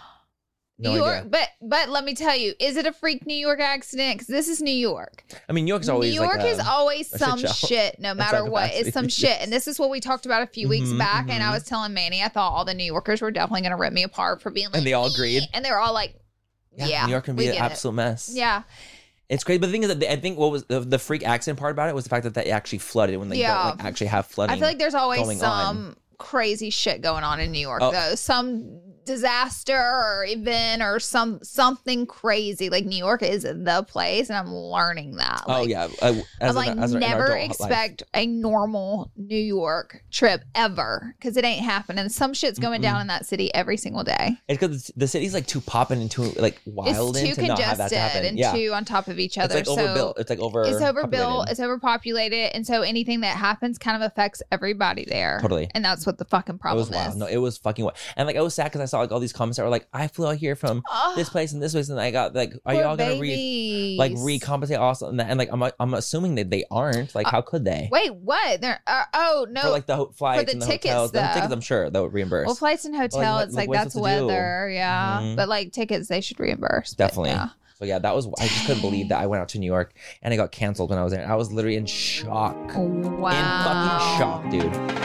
Speaker 1: Like no
Speaker 2: New York,
Speaker 1: idea.
Speaker 2: but but let me tell you, is it a freak New York accident? Because this is New York.
Speaker 1: I mean, New York's always
Speaker 2: New York
Speaker 1: like,
Speaker 2: is
Speaker 1: um,
Speaker 2: always
Speaker 1: a shit
Speaker 2: some
Speaker 1: show.
Speaker 2: shit, no
Speaker 1: That's
Speaker 2: matter
Speaker 1: our
Speaker 2: what. It's some
Speaker 1: capacity.
Speaker 2: shit, and this is what we talked about a few weeks
Speaker 1: Mhm,
Speaker 2: back. And I
Speaker 1: mhm.
Speaker 2: was telling Manny, I thought all the New Yorkers were definitely going to rip me apart for being like,
Speaker 1: and they all agreed.
Speaker 2: and they're all like, yeah,
Speaker 1: New York can
Speaker 2: we
Speaker 1: be an
Speaker 2: get it.
Speaker 1: absolute mess.
Speaker 2: yeah,
Speaker 1: it's crazy. But the thing is that they, I think what was the, the freak accident part about it was the fact that they actually flooded when they
Speaker 2: Yeah.
Speaker 1: don't like actually have flooding.
Speaker 2: I feel like there's always
Speaker 1: going
Speaker 2: some
Speaker 1: on.
Speaker 2: crazy shit going on in New York
Speaker 1: Oh.
Speaker 2: though. Some disaster or event or some something crazy. Like New York is the place and I'm learning that.
Speaker 1: oh
Speaker 2: Like,
Speaker 1: yeah, I, as
Speaker 2: I'm
Speaker 1: an-
Speaker 2: like
Speaker 1: as an
Speaker 2: never
Speaker 1: adult life.
Speaker 2: expect a normal New York trip ever because it ain't happening. Some shit's going down in that city every single day.
Speaker 1: It's because the city's like too popping and too like wild
Speaker 2: it's
Speaker 1: and
Speaker 2: too
Speaker 1: to not have that
Speaker 2: congested
Speaker 1: to happen.
Speaker 2: and
Speaker 1: yeah,
Speaker 2: too on top of each
Speaker 1: it's
Speaker 2: other.
Speaker 1: like overbuilt.
Speaker 2: So
Speaker 1: It's like over.
Speaker 2: it's overbuilt.
Speaker 1: populated.
Speaker 2: It's overpopulated, and so anything that happens kind of affects everybody there.
Speaker 1: Totally.
Speaker 2: and that's what the fucking
Speaker 1: It
Speaker 2: problem
Speaker 1: was wild.
Speaker 2: is.
Speaker 1: No, it was fucking wild. And like I was sad because I saw like all these comments that were like, I flew out here from
Speaker 2: Ugh,
Speaker 1: this place and this place, and I got like, are
Speaker 2: poor
Speaker 1: y'all gonna re like
Speaker 2: babies.
Speaker 1: recompensate also? And, that, and like I'm uh, I'm assuming that they aren't.
Speaker 2: Uh,
Speaker 1: Like how could they?
Speaker 2: Wait, what? They're uh, oh no.
Speaker 1: for like the ho- flights
Speaker 2: the
Speaker 1: and the
Speaker 2: tickets,
Speaker 1: hotels, the
Speaker 2: though.
Speaker 1: tickets I'm sure they would reimburse.
Speaker 2: well, flights and hotel,
Speaker 1: what-
Speaker 2: it's
Speaker 1: like,
Speaker 2: like
Speaker 1: what are you
Speaker 2: that's
Speaker 1: supposed to do?
Speaker 2: weather, yeah.
Speaker 1: Mhm.
Speaker 2: But like tickets, they should reimburse. but
Speaker 1: Definitely.
Speaker 2: yeah.
Speaker 1: so yeah, that was I just couldn't believe that I went out to New York and it got canceled when I was there. I was literally in shock,
Speaker 2: Wow.
Speaker 1: in fucking shock, dude.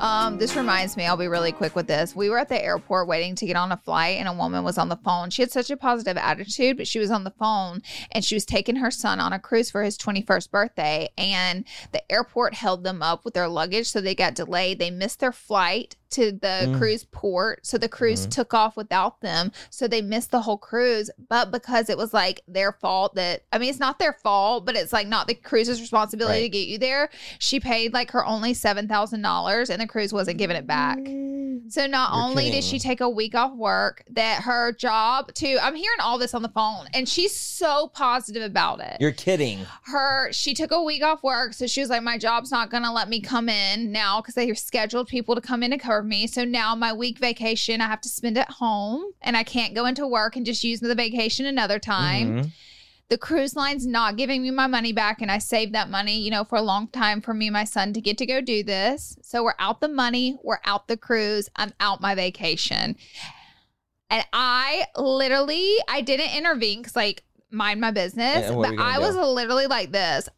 Speaker 2: Um, this reminds me, I'll be really quick with this. We were at the airport waiting to get on a flight, and a woman was on the phone. She had such a positive attitude, but she was on the phone and she was taking her son on a cruise for his 21st birthday. And the airport held them up with their luggage, so they got delayed. They missed their flight to the cruise port, so the cruise took off without them. So they missed the whole cruise, but because it was like their fault that I mean, it's not their fault, but it's like not the cruise's responsibility
Speaker 1: Right.
Speaker 2: to get you there she paid like her only $7,000 and the cruise wasn't giving it back. So not
Speaker 1: You're
Speaker 2: only did
Speaker 1: kidding.
Speaker 2: she take a week off work, that her job too. I'm hearing all this on the phone and she's so positive about it.
Speaker 1: You're kidding.
Speaker 2: her she took a week off work, so she was like my job's not going to let me come in now cuz they scheduled people to come in to cover me. So now my week vacation I have to spend at home and I can't go into work and just use the vacation another time
Speaker 1: Mhm.
Speaker 2: the cruise line's not giving me my money back and i saved that money you know for a long time for me and my son to get to go do this so we're out the money we're out the cruise i'm out my vacation and i literally i didn't intervene because like mind my business
Speaker 1: And what were
Speaker 2: but
Speaker 1: you gonna
Speaker 2: i
Speaker 1: do?
Speaker 2: was literally like this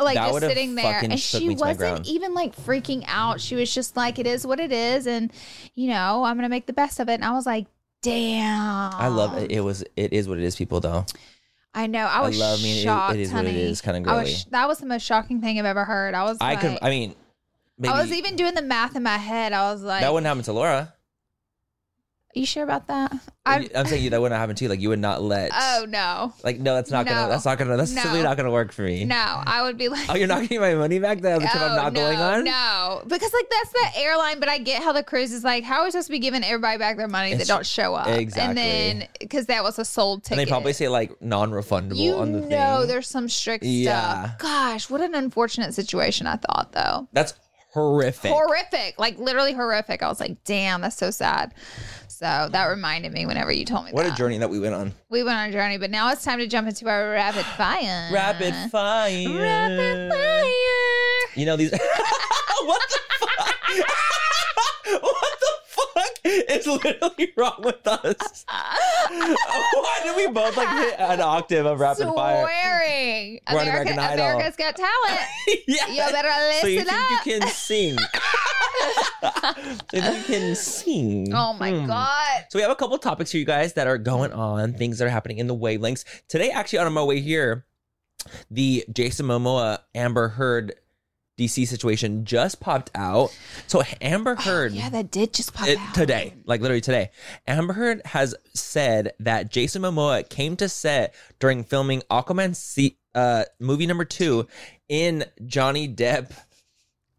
Speaker 2: like
Speaker 1: That
Speaker 2: just
Speaker 1: would've
Speaker 2: sitting there
Speaker 1: fucking
Speaker 2: and
Speaker 1: shook
Speaker 2: she
Speaker 1: me to my
Speaker 2: wasn't
Speaker 1: ground.
Speaker 2: even like freaking out she was just like it is what it is and you know i'm gonna make the best of it and i was like damn
Speaker 1: Mm-hmm. I love it. It was. It is what it is. People though.
Speaker 2: I know. I
Speaker 1: I
Speaker 2: was
Speaker 1: love me. It- it
Speaker 2: shocked.
Speaker 1: is what it
Speaker 2: honey.
Speaker 1: is, kinda
Speaker 2: I was
Speaker 1: girly.
Speaker 2: sh- that was the most shocking thing I've ever heard. I was.
Speaker 1: I
Speaker 2: like,
Speaker 1: could. I mean, maybe
Speaker 2: I was even doing the math in my head. I was like,
Speaker 1: that wouldn't happen to Laura.
Speaker 2: "You sure about that?"
Speaker 1: I'm,
Speaker 2: I.
Speaker 1: saying you, that wouldn't happen to you. Like you would not let.
Speaker 2: Oh no,
Speaker 1: Like no, that's not
Speaker 2: No.
Speaker 1: gonna. That's not gonna. That's
Speaker 2: No.
Speaker 1: simply not gonna work for me.
Speaker 2: no. I would be like,
Speaker 1: Oh, you're not getting my money back. That the trip I'm
Speaker 2: "Oh,
Speaker 1: not
Speaker 2: no,
Speaker 1: going on.
Speaker 2: No, because like that's the airline. But I get how the cruise is like. How are we supposed to be giving everybody back their money
Speaker 1: It's-
Speaker 2: that don't show up?
Speaker 1: exactly.
Speaker 2: And then because that was a sold
Speaker 1: And
Speaker 2: ticket.
Speaker 1: they probably say like non-refundable
Speaker 2: you
Speaker 1: on the
Speaker 2: know
Speaker 1: thing.
Speaker 2: there's some strict
Speaker 1: Yeah.
Speaker 2: stuff. Gosh, what an unfortunate situation. I thought though.
Speaker 1: That's horrific.
Speaker 2: horrific, like literally horrific. I was like, damn, that's so sad. So that reminded me whenever you told me
Speaker 1: What
Speaker 2: that.
Speaker 1: a journey that we went on.
Speaker 2: we went on a journey, but now it's time to jump into our rapid fire.
Speaker 1: Rapid fire.
Speaker 2: Uh-huh. Rapid fire.
Speaker 1: You know these. what the fuck? what the fuck is literally wrong with us? Why did we both like hit an octave of rapid fire?
Speaker 2: Swearing.
Speaker 1: We're on
Speaker 2: America,
Speaker 1: American Idol.
Speaker 2: America's Got Talent.
Speaker 1: yeah.
Speaker 2: You better
Speaker 1: so you
Speaker 2: listen
Speaker 1: think
Speaker 2: up.
Speaker 1: you can sing? so you think you can sing?
Speaker 2: oh my
Speaker 1: Hmm.
Speaker 2: God.
Speaker 1: So we have a couple topics for you guys that are going on, things that are happening in the wavelengths. Today, actually, on my way here, the Jason Momoa Amber Heard DC situation just popped out. So Amber Heard
Speaker 2: Oh, Yeah, that did just pop
Speaker 1: it-
Speaker 2: out
Speaker 1: today, like literally today, Amber Heard has said that Jason Momoa came to set during filming Aquaman se- uh, movie number two in Johnny Depp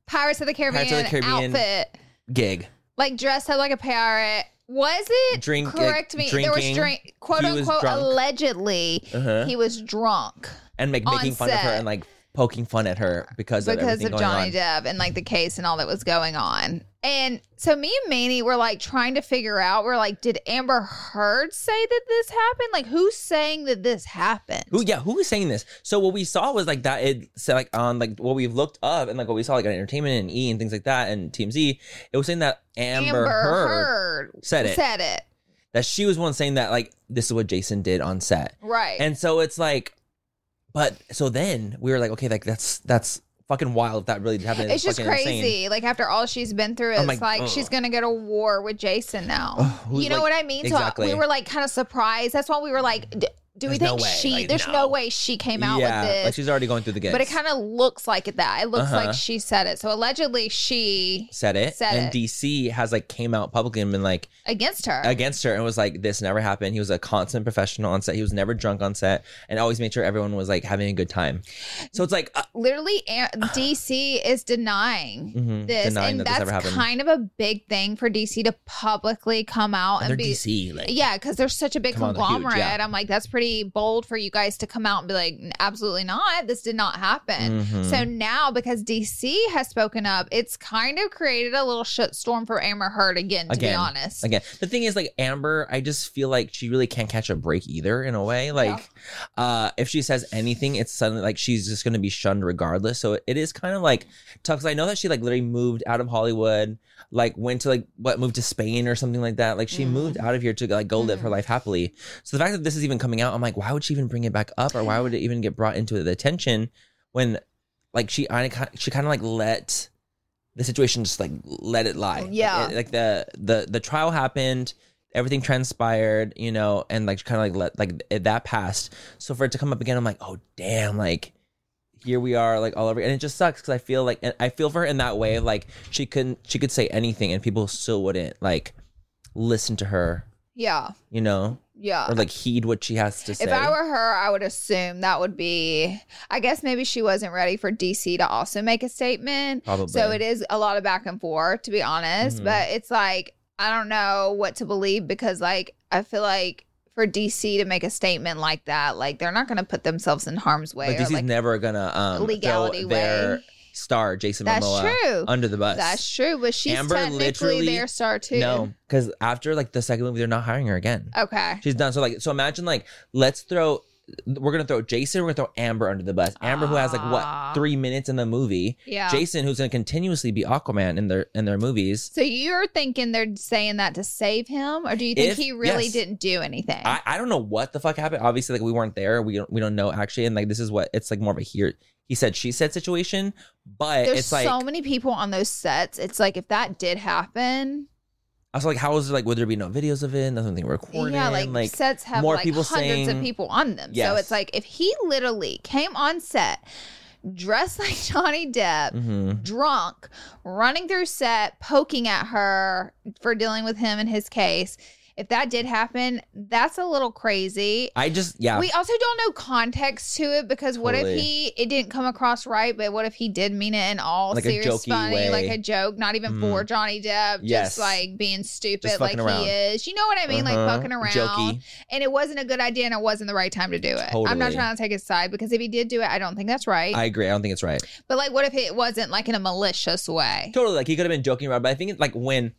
Speaker 2: Pirates of the Caribbean,
Speaker 1: Pirates of the Caribbean.
Speaker 2: outfit,
Speaker 1: gig.
Speaker 2: like dressed up like a pirate. Was it?
Speaker 1: Drink-
Speaker 2: Correct me. There was
Speaker 1: drinking.
Speaker 2: drink, quote
Speaker 1: He was
Speaker 2: unquote,
Speaker 1: drunk.
Speaker 2: allegedly,
Speaker 1: Uh-huh.
Speaker 2: he was drunk
Speaker 1: And make,
Speaker 2: On
Speaker 1: making fun of her
Speaker 2: set.
Speaker 1: and like poking fun at her because of
Speaker 2: because
Speaker 1: everything
Speaker 2: of
Speaker 1: going
Speaker 2: Johnny
Speaker 1: on.
Speaker 2: Depp and like the case and all that was going on. And so me and Manny were like trying to figure out. We're like, did Amber Heard say that this happened? Like, who's saying that this happened?
Speaker 1: Who yeah, who was saying this? So what we saw was like that it said like on like what we've looked up and like what we saw like on entertainment and E and things like that and TMZ, it was saying that Amber, Heard,
Speaker 2: Heard
Speaker 1: said it.
Speaker 2: Said it.
Speaker 1: that she was one saying that like this is what Jason did on set.
Speaker 2: Right.
Speaker 1: And so it's like but so then we were like, okay, like that's that's fucking wild if that really happened.
Speaker 2: it's just
Speaker 1: fucking
Speaker 2: crazy.
Speaker 1: insane. Oh
Speaker 2: Like after all she's been through, it's
Speaker 1: I'm
Speaker 2: like,
Speaker 1: like, ugh.
Speaker 2: she's gonna go to war with Jason now.
Speaker 1: Ugh, who's
Speaker 2: you know
Speaker 1: Oh, like-
Speaker 2: what I mean?
Speaker 1: exactly.
Speaker 2: So uh, we were like kind of surprised. That's why we were like, d- do we
Speaker 1: There's no
Speaker 2: think
Speaker 1: way.
Speaker 2: she?
Speaker 1: Like,
Speaker 2: there's no.
Speaker 1: no.
Speaker 2: way she came out
Speaker 1: yeah,
Speaker 2: with this.
Speaker 1: like she's already going through the gifts.
Speaker 2: but it kind of looks like it that. It looks
Speaker 1: Uh-huh.
Speaker 2: like she said it. So allegedly she
Speaker 1: said it,
Speaker 2: said
Speaker 1: and
Speaker 2: it.
Speaker 1: DC has like came out publicly and been like,
Speaker 2: against her.
Speaker 1: against her and was like, "This never happened." He was a constant professional on set. He was never drunk on set, and always made sure everyone was like having a good time. So it's like, uh,
Speaker 2: Literally, a- DC is denying
Speaker 1: mhm,
Speaker 2: this,
Speaker 1: denying
Speaker 2: and
Speaker 1: that this ever
Speaker 2: that's
Speaker 1: happened.
Speaker 2: kind of a big thing for DC to publicly come out and,
Speaker 1: and they're
Speaker 2: be
Speaker 1: DC, like,
Speaker 2: Yeah, because they're such a big
Speaker 1: Come on, they're huge,
Speaker 2: conglomerate.
Speaker 1: yeah.
Speaker 2: I'm like, that's pretty bold for you guys to come out and be like, "N- absolutely not. This did not happen.
Speaker 1: mhm.
Speaker 2: So now, because DC has spoken up, it's kind of created a little shitstorm for Amber Heard again, to be
Speaker 1: Again.
Speaker 2: honest.
Speaker 1: Again, the thing is, like Amber, I just feel like she really can't catch a break either. In a way, like, uh, if she says anything, it's suddenly like she's just going to be shunned regardless. So it is kind of like tough. Because I know that she like literally moved out of Hollywood, like went to like what moved to Spain or something like that. Like she
Speaker 2: Mm.
Speaker 1: moved out of here to like go live her
Speaker 2: Mm.
Speaker 1: life happily. So the fact that this is even coming out, I'm like, why would she even bring it back up, or why would it even get brought into the attention when, like, she I, she kind of like let the situation just like let it lie.
Speaker 2: Yeah.
Speaker 1: Like, it- like the the the trial happened, everything transpired, you know, and like kind of like let like it, that passed. So for it to come up again, I'm like, oh damn, like here we are, like all over, and it just sucks because I feel like and I feel for her in that way. Like she couldn't, she could say anything, and people still wouldn't like listen to her,
Speaker 2: Yeah.
Speaker 1: you know,
Speaker 2: Yeah.
Speaker 1: or like heed what she has to say.
Speaker 2: If I were her, I would assume that would be. I guess maybe she wasn't ready for DC to also make a statement.
Speaker 1: Probably.
Speaker 2: So it is a lot of back and forth, to be honest.
Speaker 1: Mhm.
Speaker 2: But it's like I don't know what to believe because, like, I feel like for DC to make a statement like that, like they're not going to put themselves in harm's way.
Speaker 1: like
Speaker 2: or,
Speaker 1: DC's
Speaker 2: like,
Speaker 1: never gonna um
Speaker 2: legality
Speaker 1: throw their
Speaker 2: way.
Speaker 1: star Jason
Speaker 2: That's
Speaker 1: Momoa
Speaker 2: true.
Speaker 1: under the bus.
Speaker 2: That's true, but she's
Speaker 1: Amber
Speaker 2: technically
Speaker 1: literally-
Speaker 2: their star too.
Speaker 1: No, because after like the second movie, they're not hiring her again.
Speaker 2: Okay.
Speaker 1: She's done. So like, so imagine like, let's throw, we're gonna throw Jason, we're gonna throw Amber under the bus. Amber who has like
Speaker 2: Ah.
Speaker 1: what three minutes in the movie.
Speaker 2: Yeah.
Speaker 1: Jason who's gonna continuously be Aquaman in their in their movies.
Speaker 2: so you're thinking they're saying that to save him, or do you think
Speaker 1: If-
Speaker 2: he really
Speaker 1: yes.
Speaker 2: didn't do anything?
Speaker 1: I, I don't know what the fuck happened. Obviously, like we weren't there. We don't we don't know actually. And like this is what it's like more of a here he said she said situation. But
Speaker 2: There's
Speaker 1: it's like
Speaker 2: so many people on those sets. It's like if that did happen,
Speaker 1: I was like, how is it like would there be no videos of it? Nothing recorded.
Speaker 2: yeah, like, sets have
Speaker 1: more
Speaker 2: like
Speaker 1: people
Speaker 2: hundreds of
Speaker 1: saying-
Speaker 2: people on them. So
Speaker 1: Yes.
Speaker 2: it's like if he literally came on set dressed like Johnny Depp,
Speaker 1: hmm
Speaker 2: drunk, running through set, poking at her for dealing with him and his case. If that did happen, that's a little crazy.
Speaker 1: I just yeah.
Speaker 2: We also don't know context to it because what if
Speaker 1: Totally.
Speaker 2: he it didn't come across right, but what if he did mean it in all
Speaker 1: Like a
Speaker 2: serious
Speaker 1: jokey
Speaker 2: funny,
Speaker 1: way. Mm.
Speaker 2: like a joke, not even for Johnny Depp,
Speaker 1: Yes.
Speaker 2: just like being stupid
Speaker 1: Just
Speaker 2: like
Speaker 1: fucking around.
Speaker 2: he is. You know what I mean? Like
Speaker 1: Uh-huh.
Speaker 2: fucking around.
Speaker 1: Jokey.
Speaker 2: And it wasn't a good idea and it wasn't the right time to do it. I'm not
Speaker 1: Totally.
Speaker 2: trying to take his side because if he did do it, I don't think that's right.
Speaker 1: I agree. I don't think it's right.
Speaker 2: but like what if it wasn't like in a malicious way?
Speaker 1: totally like he could have been joking around but i think it, like when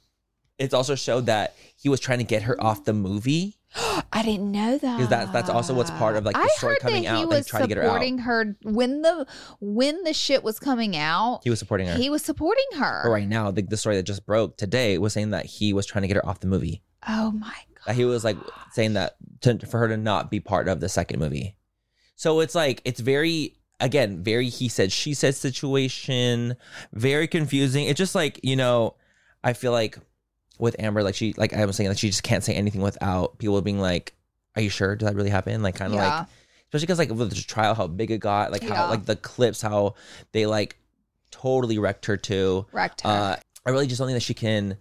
Speaker 1: it's also showed that he was trying to get her off the movie
Speaker 2: I didn't know that.
Speaker 1: Because that's- that's also what's part of, like, the
Speaker 2: I
Speaker 1: story
Speaker 2: heard
Speaker 1: coming
Speaker 2: that
Speaker 1: out,
Speaker 2: He
Speaker 1: like,
Speaker 2: was
Speaker 1: trying to get her out.
Speaker 2: supporting her when the when the shit was coming out.
Speaker 1: he was supporting her
Speaker 2: He was supporting her.
Speaker 1: but right now the, the story that just broke today was saying that he was trying to get her off the movie
Speaker 2: Oh my god.
Speaker 1: that he was like saying that to, for her to not be part of the second movie so it's like it's very again very he said she said situation very confusing it's just like you know i feel like with amber like she like i was saying like she just can't say anything without people being like are you sure did that really happen like kind of like especially because like with the trial, how big it got, like
Speaker 2: Yeah.
Speaker 1: how like the clips, how they like totally wrecked her too.
Speaker 2: Wrecked her.
Speaker 1: Uh, I really just don't think that she can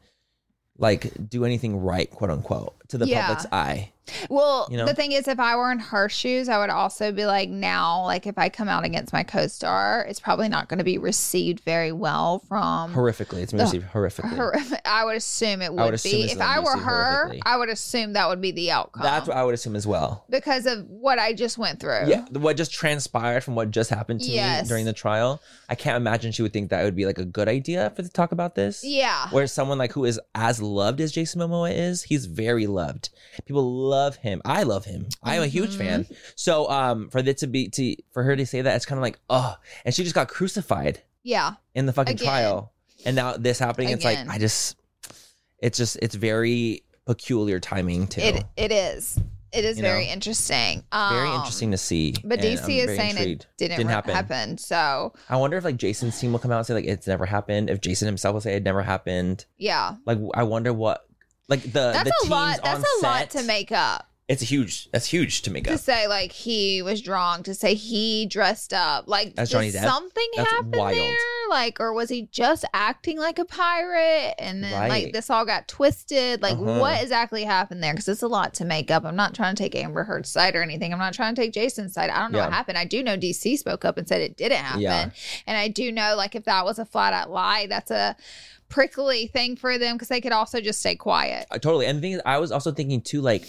Speaker 1: like do anything right, quote unquote, to the
Speaker 2: Yeah.
Speaker 1: public's eye.
Speaker 2: Well,
Speaker 1: You know?
Speaker 2: the thing is, if I were in her shoes, I would also be like, now, like if I come out against my co-star, it's probably not going to be received very well from her.
Speaker 1: Horrifically, it's been received horrifically.
Speaker 2: I would assume it would,
Speaker 1: would assume
Speaker 2: be.
Speaker 1: it's
Speaker 2: If
Speaker 1: gonna
Speaker 2: I
Speaker 1: be
Speaker 2: were
Speaker 1: received
Speaker 2: her,
Speaker 1: horrifically.
Speaker 2: I would assume that would be the outcome.
Speaker 1: That's what I would assume as well.
Speaker 2: because of what I just went through.
Speaker 1: Yeah, what just transpired from what just happened to
Speaker 2: Yes.
Speaker 1: me during the trial. I can't imagine she would think that would be like a good idea for to talk about this.
Speaker 2: Yeah.
Speaker 1: Where someone like who is as loved as Jason Momoa is, he's very loved. People love him. I love him. I'm a huge
Speaker 2: Mm-hmm.
Speaker 1: fan. So um for that to be to for her to say that, it's kind of like, oh, and she just got crucified
Speaker 2: Yeah.
Speaker 1: in the fucking
Speaker 2: Again.
Speaker 1: trial. And now this happening, it's like
Speaker 2: Again.
Speaker 1: I just it's just it's very peculiar timing too.
Speaker 2: It it is. It is
Speaker 1: You
Speaker 2: very
Speaker 1: know?
Speaker 2: interesting. Um,
Speaker 1: very interesting to see.
Speaker 2: But
Speaker 1: and
Speaker 2: DC
Speaker 1: I'm
Speaker 2: is
Speaker 1: very
Speaker 2: saying
Speaker 1: intrigued.
Speaker 2: it didn't,
Speaker 1: Didn't
Speaker 2: ra-
Speaker 1: happen.
Speaker 2: happen. So
Speaker 1: I wonder if like Jason's team will come out and say like it's never happened. If Jason himself will say it never happened.
Speaker 2: yeah,
Speaker 1: Like I wonder what like the
Speaker 2: that's
Speaker 1: Uh, the
Speaker 2: a
Speaker 1: teams
Speaker 2: lot.
Speaker 1: on
Speaker 2: That's a lot
Speaker 1: set-
Speaker 2: to make up.
Speaker 1: It's huge. That's huge to make
Speaker 2: to
Speaker 1: up.
Speaker 2: say like he was drunk, to say he dressed up, like
Speaker 1: That's
Speaker 2: did
Speaker 1: Johnny Depp?
Speaker 2: something
Speaker 1: That's
Speaker 2: happened
Speaker 1: wild.
Speaker 2: there, like or was he just acting like a pirate and then like
Speaker 1: Right.
Speaker 2: this all got twisted? Like
Speaker 1: Uh-huh.
Speaker 2: what exactly happened there? Because it's a lot to make up. I'm not trying to take Amber Heard's side or anything. I'm not trying to take Jason's side. I don't know what
Speaker 1: Yeah.
Speaker 2: happened. I do know DC spoke up and said it didn't happen,
Speaker 1: Yeah.
Speaker 2: and I do know like if that was a flat out lie, that's a prickly thing for them because they could also just stay quiet.
Speaker 1: I- totally. And the thing is, I was also thinking too, like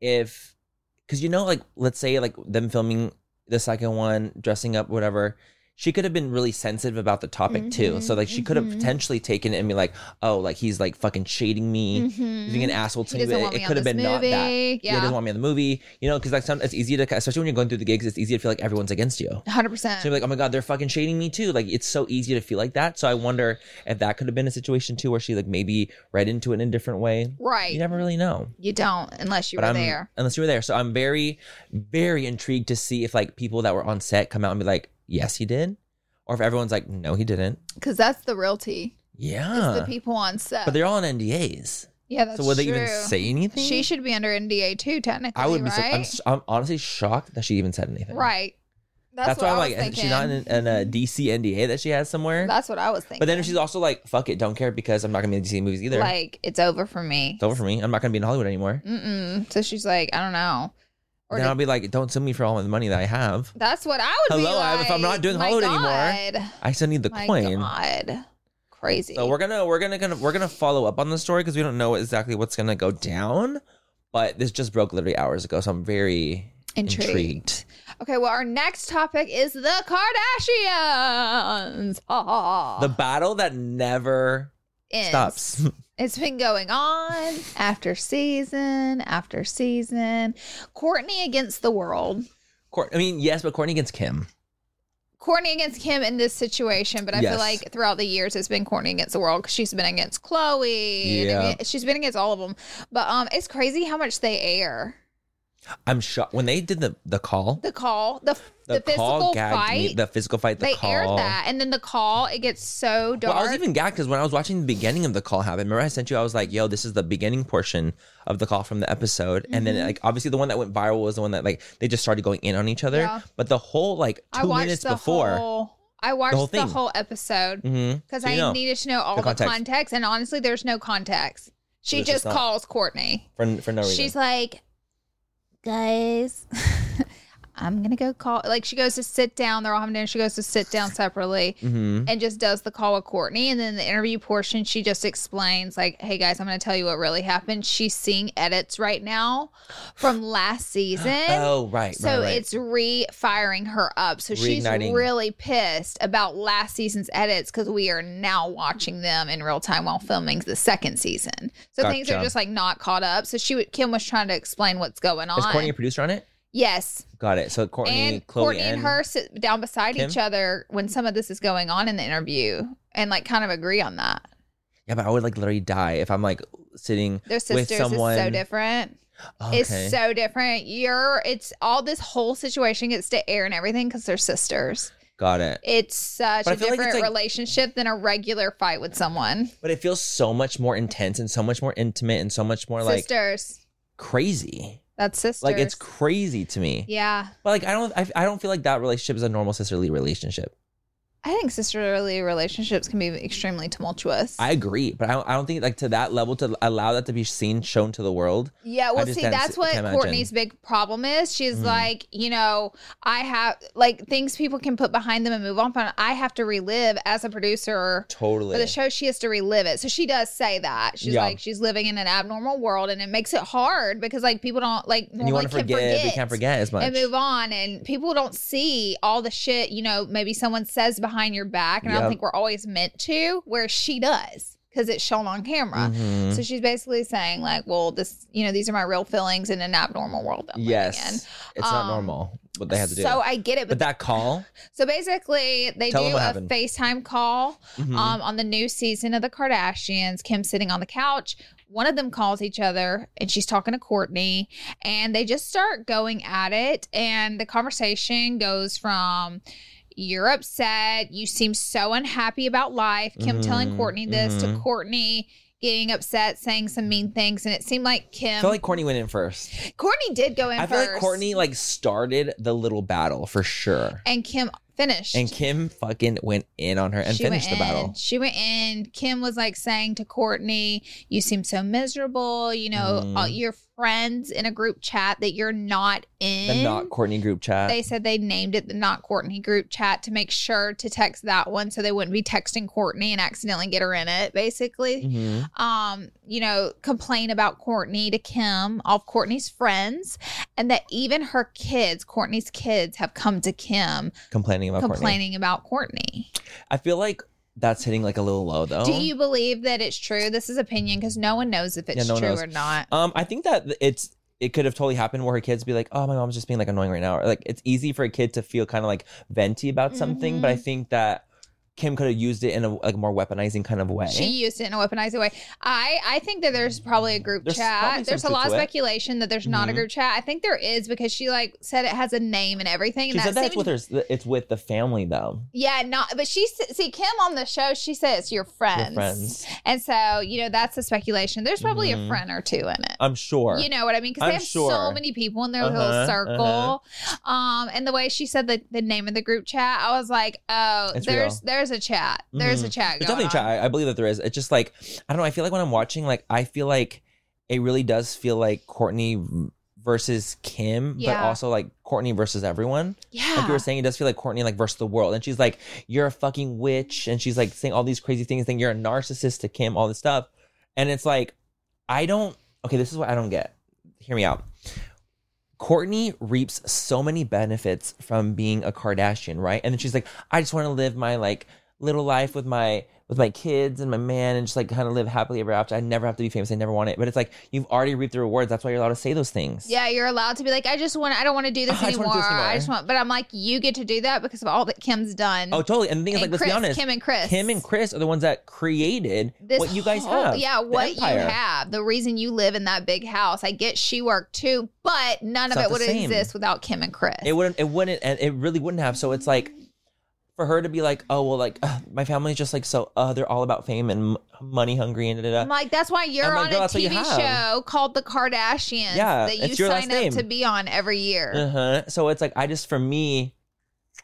Speaker 1: if because you know, like let's say like them filming the second one, dressing up, whatever. She could have been really sensitive about the topic
Speaker 2: Mm-hmm,
Speaker 1: too. So like she could have potentially taken it and be like, oh, like he's like fucking shading me. He's
Speaker 2: Mm-hmm.
Speaker 1: being an asshole to
Speaker 2: He
Speaker 1: me.
Speaker 2: doesn't
Speaker 1: But
Speaker 2: want
Speaker 1: it
Speaker 2: me on
Speaker 1: could have
Speaker 2: this
Speaker 1: been not that.
Speaker 2: movie.
Speaker 1: he
Speaker 2: Yeah.
Speaker 1: doesn't want me in the movie. You know, because like some, it's easy to, especially when you're going through the gigs, it's easy to feel like everyone's against you.
Speaker 2: Hundred percent.
Speaker 1: So you're like, oh my god, they're fucking shading me too. Like it's so easy to feel like that. So I wonder if that could have been a situation too, where she like maybe read into it in a different way.
Speaker 2: Right.
Speaker 1: You never really know.
Speaker 2: You don't unless you
Speaker 1: But
Speaker 2: were
Speaker 1: I'm
Speaker 2: there.
Speaker 1: unless you were there. So I'm very, very intrigued to see if like people that were on set come out and be like, yes, he did, or if everyone's like, no, he didn't.
Speaker 2: Because that's the realty. It's
Speaker 1: Yeah.
Speaker 2: the people on set.
Speaker 1: but they're all on NDAs.
Speaker 2: yeah, that's
Speaker 1: so will they
Speaker 2: true.
Speaker 1: even say anything?
Speaker 2: She should be under NDA too, technically.
Speaker 1: I would be. so- I'm,
Speaker 2: right.
Speaker 1: s- I'm honestly shocked that she even said anything.
Speaker 2: right. That's,
Speaker 1: That's, why
Speaker 2: what i
Speaker 1: I'm
Speaker 2: was
Speaker 1: like,
Speaker 2: thinking.
Speaker 1: she's not in, in a DC NDA that she has somewhere.
Speaker 2: that's what I was thinking.
Speaker 1: but then she's also like, fuck it, don't care because I'm not gonna be in DC movies either.
Speaker 2: like, it's over for me.
Speaker 1: it's over for me. I'm not gonna be in Hollywood anymore.
Speaker 2: Mm-mm. So she's like, I don't know. Or
Speaker 1: then
Speaker 2: did-
Speaker 1: I'll be like, don't sue me for all the money that I have.
Speaker 2: that's what I would be
Speaker 1: Hello, I-
Speaker 2: like.
Speaker 1: if I'm not doing
Speaker 2: My
Speaker 1: Hollywood
Speaker 2: God.
Speaker 1: anymore, I still need the
Speaker 2: My
Speaker 1: coin.
Speaker 2: God. Crazy.
Speaker 1: So we're gonna we're gonna gonna we're gonna follow up on the story because we don't know exactly what's gonna go down. But this just broke literally hours ago, so I'm very
Speaker 2: Intrigued.
Speaker 1: intrigued.
Speaker 2: okay, well, our next topic is the Kardashians. Ah.
Speaker 1: The battle that never
Speaker 2: Ends.
Speaker 1: stops.
Speaker 2: It's been going on after season after season. Courtney against the world.
Speaker 1: Court, I mean, yes, but Courtney against Kim.
Speaker 2: Courtney against Kim in this situation, but I feel
Speaker 1: Yes.
Speaker 2: like throughout the years it's been Courtney against the world because she's been against Chloe.
Speaker 1: Yeah.
Speaker 2: she's been against all of them. But um, it's crazy how much they air
Speaker 1: I'm shocked when they did the the call.
Speaker 2: the call, the the, physical
Speaker 1: call gagged
Speaker 2: fight.
Speaker 1: me. The physical fight. The
Speaker 2: they
Speaker 1: call.
Speaker 2: aired that, and then the call it gets so dark.
Speaker 1: Well, I was even gagged because when I was watching the beginning of the call happen, remember I sent you, I was like, yo, this is the beginning portion of the call from the episode. And
Speaker 2: Mm-hmm.
Speaker 1: then, like, obviously, the one that went viral was the one that, like, they just started going in on each other.
Speaker 2: Yeah.
Speaker 1: But the whole, like,
Speaker 2: I
Speaker 1: two
Speaker 2: watched
Speaker 1: minutes
Speaker 2: the
Speaker 1: before.
Speaker 2: whole- I watched
Speaker 1: whole
Speaker 2: the
Speaker 1: thing.
Speaker 2: whole episode.
Speaker 1: Mhm.
Speaker 2: because
Speaker 1: So you
Speaker 2: I
Speaker 1: know,
Speaker 2: needed to know all the
Speaker 1: the
Speaker 2: context.
Speaker 1: context.
Speaker 2: And honestly, there's no context. She
Speaker 1: There's
Speaker 2: just
Speaker 1: just not.
Speaker 2: calls Courtney.
Speaker 1: for, for no reason.
Speaker 2: She's like, guys, I'm gonna go call. Like she goes to sit down. They're all having dinner. She goes to sit down separately
Speaker 1: Mhm.
Speaker 2: and just does the call with Courtney. And then the interview portion, she just explains like, "Hey guys, I'm gonna tell you what really happened. She's seeing edits right now from last season."
Speaker 1: oh, right.
Speaker 2: So
Speaker 1: right, right.
Speaker 2: it's re-firing her up. So she's
Speaker 1: Reigniting.
Speaker 2: really pissed about last season's edits because we are now watching them in real time while filming the second season. So things are
Speaker 1: Gotcha.
Speaker 2: just like not caught up. So she would, Kim was trying to explain what's going on.
Speaker 1: Is Courtney a producer on it?
Speaker 2: yes,
Speaker 1: Got it. So Courtney,
Speaker 2: and
Speaker 1: Chloe,
Speaker 2: Courtney and, her sit down beside
Speaker 1: Kim?
Speaker 2: each other when some of this is going on in the interview and like kind of agree on that.
Speaker 1: Yeah, but I would, like, literally die if I'm, like, sitting
Speaker 2: Their sisters
Speaker 1: with someone.
Speaker 2: is so different.
Speaker 1: Okay.
Speaker 2: It's so different. You're it's all this whole situation gets to air and everything because they're sisters.
Speaker 1: Got it.
Speaker 2: It's such
Speaker 1: But
Speaker 2: a
Speaker 1: I feel like it's
Speaker 2: different
Speaker 1: like-
Speaker 2: relationship than a regular fight with someone.
Speaker 1: But it feels so much more intense and so much more intimate and so much more, like,
Speaker 2: Sisters.
Speaker 1: crazy.
Speaker 2: That's sisters.
Speaker 1: Like it's crazy to me.
Speaker 2: yeah.
Speaker 1: But like I don't I, I don't feel like that relationship is a normal sisterly relationship.
Speaker 2: I think sisterly relationships can be extremely tumultuous.
Speaker 1: I agree, but I don't, I don't think like to that level to allow that to be seen shown to the world.
Speaker 2: Yeah, well,
Speaker 1: just
Speaker 2: see,
Speaker 1: can't s-
Speaker 2: that's what
Speaker 1: can't
Speaker 2: Courtney's big problem is. She's
Speaker 1: Mhm.
Speaker 2: like, you know, I have like things people can put behind them and move on from. I have to relive as a producer
Speaker 1: Totally.
Speaker 2: for the show. She has to relive it, so she does say that she's
Speaker 1: Yeah.
Speaker 2: like she's living in an abnormal world, and it makes it hard because like people don't like
Speaker 1: and you
Speaker 2: normally
Speaker 1: want to
Speaker 2: can
Speaker 1: forgive,
Speaker 2: forget.
Speaker 1: you can't forget as much.
Speaker 2: and move on, and people don't see all the shit you know. Maybe someone says behind your back, and I
Speaker 1: Yep.
Speaker 2: don't think we're always meant to. Where she does because it's shown on camera.
Speaker 1: Mhm.
Speaker 2: So she's basically saying, like, well, this, you know, these are my real feelings in an abnormal world. I'm living
Speaker 1: yes,
Speaker 2: in.
Speaker 1: it's not
Speaker 2: Um,
Speaker 1: normal what they had to do.
Speaker 2: So I get it.
Speaker 1: but
Speaker 2: But,
Speaker 1: that call,
Speaker 2: so basically, they
Speaker 1: Tell them
Speaker 2: do
Speaker 1: what
Speaker 2: a
Speaker 1: happened.
Speaker 2: FaceTime call
Speaker 1: mhm.
Speaker 2: um, on the new season of The Kardashians, Kim sitting on the couch. One of them calls each other and she's talking to Courtney, and they just start going at it. And the conversation goes from, you're upset. You seem so unhappy about life. Kim telling
Speaker 1: Mhm,
Speaker 2: Courtney this
Speaker 1: mhm.
Speaker 2: to Courtney getting upset, saying some mean things. And it seemed like
Speaker 1: I
Speaker 2: Kim.
Speaker 1: feel like Courtney went in first.
Speaker 2: Courtney did go in
Speaker 1: I feel
Speaker 2: first.
Speaker 1: like Courtney like started the little battle for sure,
Speaker 2: and Kim finished.
Speaker 1: and Kim fucking went in on her and
Speaker 2: She
Speaker 1: finished the
Speaker 2: went in.
Speaker 1: battle.
Speaker 2: She went in. Kim was like saying to Courtney, "You seem so miserable. You know,
Speaker 1: Mhm.
Speaker 2: all your friends in a group chat that you're not in."
Speaker 1: The not Courtney group chat.
Speaker 2: they said they named it the not Courtney group chat to make sure to text that one so they wouldn't be texting Courtney and accidentally get her in it, basically.
Speaker 1: Mhm.
Speaker 2: um, you know, complain about Courtney to Kim, all of Courtney's friends, and that even her kids, Courtney's kids, have come to Kim
Speaker 1: complaining about Courtney.
Speaker 2: complaining about Courtney.
Speaker 1: I feel like that's hitting like a little low though.
Speaker 2: Do you believe that it's true? This is opinion because no one knows if it's
Speaker 1: Yeah, no one
Speaker 2: true
Speaker 1: knows.
Speaker 2: or not.
Speaker 1: Um, I think that it's it could have totally happened where her kids be like, "Oh, my mom's just being like annoying right now." Or like it's easy for a kid to feel kind of like venty
Speaker 2: Mm-hmm.
Speaker 1: about something, but I think that Kim could have used it in a like more weaponizing kind of way.
Speaker 2: She used it in a weaponized way. I I think that there's probably a group
Speaker 1: There's probably
Speaker 2: chat.
Speaker 1: some
Speaker 2: There's a lot of
Speaker 1: group chat.
Speaker 2: speculation that there's not a
Speaker 1: Mhm.
Speaker 2: group chat. I think there is because she like said it has a name and everything.
Speaker 1: She
Speaker 2: and
Speaker 1: said
Speaker 2: that
Speaker 1: that it's
Speaker 2: seemed-
Speaker 1: with her, it's with the family though.
Speaker 2: Yeah, not. But she s- see Kim on the show. She says your
Speaker 1: Your
Speaker 2: friends.
Speaker 1: friends,
Speaker 2: And so, you know, that's the speculation. There's probably
Speaker 1: Mhm.
Speaker 2: a friend or two in it.
Speaker 1: I'm sure.
Speaker 2: You know what I mean? Because
Speaker 1: I'm
Speaker 2: they have
Speaker 1: sure.
Speaker 2: so many people in their
Speaker 1: Uh-huh,
Speaker 2: little circle. Um, and the way she said the, the name of the group chat, I was like, oh,
Speaker 1: It's real.
Speaker 2: there's there's a chat. There's a
Speaker 1: Mhm.
Speaker 2: chat.
Speaker 1: There's
Speaker 2: going
Speaker 1: definitely
Speaker 2: on.
Speaker 1: chat. I, I believe that there is. It's just like I don't know. I feel like when I'm watching, like I feel like it really does feel like Courtney versus Kim, but
Speaker 2: Yeah.
Speaker 1: also like Courtney versus everyone.
Speaker 2: Yeah.
Speaker 1: like you were saying, it does feel like Courtney like versus the world, and she's like, "You're a fucking witch," and she's like saying all these crazy things, saying you're a narcissist to Kim, all this stuff, and it's like, I don't. Okay, this is what I don't get. Hear me out. Courtney reaps so many benefits from being a Kardashian, right? And then she's like, "I just want to live my like little life with my with my kids and my man, and just like kind of live happily ever after. I never have to be famous. I never want it." But it's like you've already reaped the rewards. That's why you're allowed to say those things.
Speaker 2: yeah, you're allowed to be like, I just want, I don't want to do this
Speaker 1: I just wanna
Speaker 2: anymore.
Speaker 1: do this
Speaker 2: I just
Speaker 1: anymore.
Speaker 2: want, but I'm like, you get to do that because of all that Kim's done.
Speaker 1: Oh, totally. And the thing is,
Speaker 2: and
Speaker 1: like,
Speaker 2: Chris,
Speaker 1: let's be honest.
Speaker 2: Kim and Chris.
Speaker 1: Kim and Chris are the ones that created what you guys
Speaker 2: whole-
Speaker 1: have.
Speaker 2: Yeah,
Speaker 1: the
Speaker 2: what you
Speaker 1: empire.
Speaker 2: have. The reason you live in that big house. I get she worked too, but none
Speaker 1: It's not
Speaker 2: of it
Speaker 1: the
Speaker 2: would
Speaker 1: same.
Speaker 2: exist without Kim and Chris.
Speaker 1: It wouldn't. It wouldn't. And it really wouldn't have. So it's like for her to be like, oh well, like uh, my family's just like so. Uh, they're all about fame and m- money hungry and da da
Speaker 2: I'm
Speaker 1: da.
Speaker 2: like, that's why you're
Speaker 1: I'm like,
Speaker 2: on
Speaker 1: girl,
Speaker 2: a
Speaker 1: that's what you
Speaker 2: TV
Speaker 1: have.
Speaker 2: show called The Kardashians
Speaker 1: Yeah,
Speaker 2: that you
Speaker 1: it's your last
Speaker 2: sign up
Speaker 1: name.
Speaker 2: to be on every year.
Speaker 1: Uh huh. So it's like I just for me,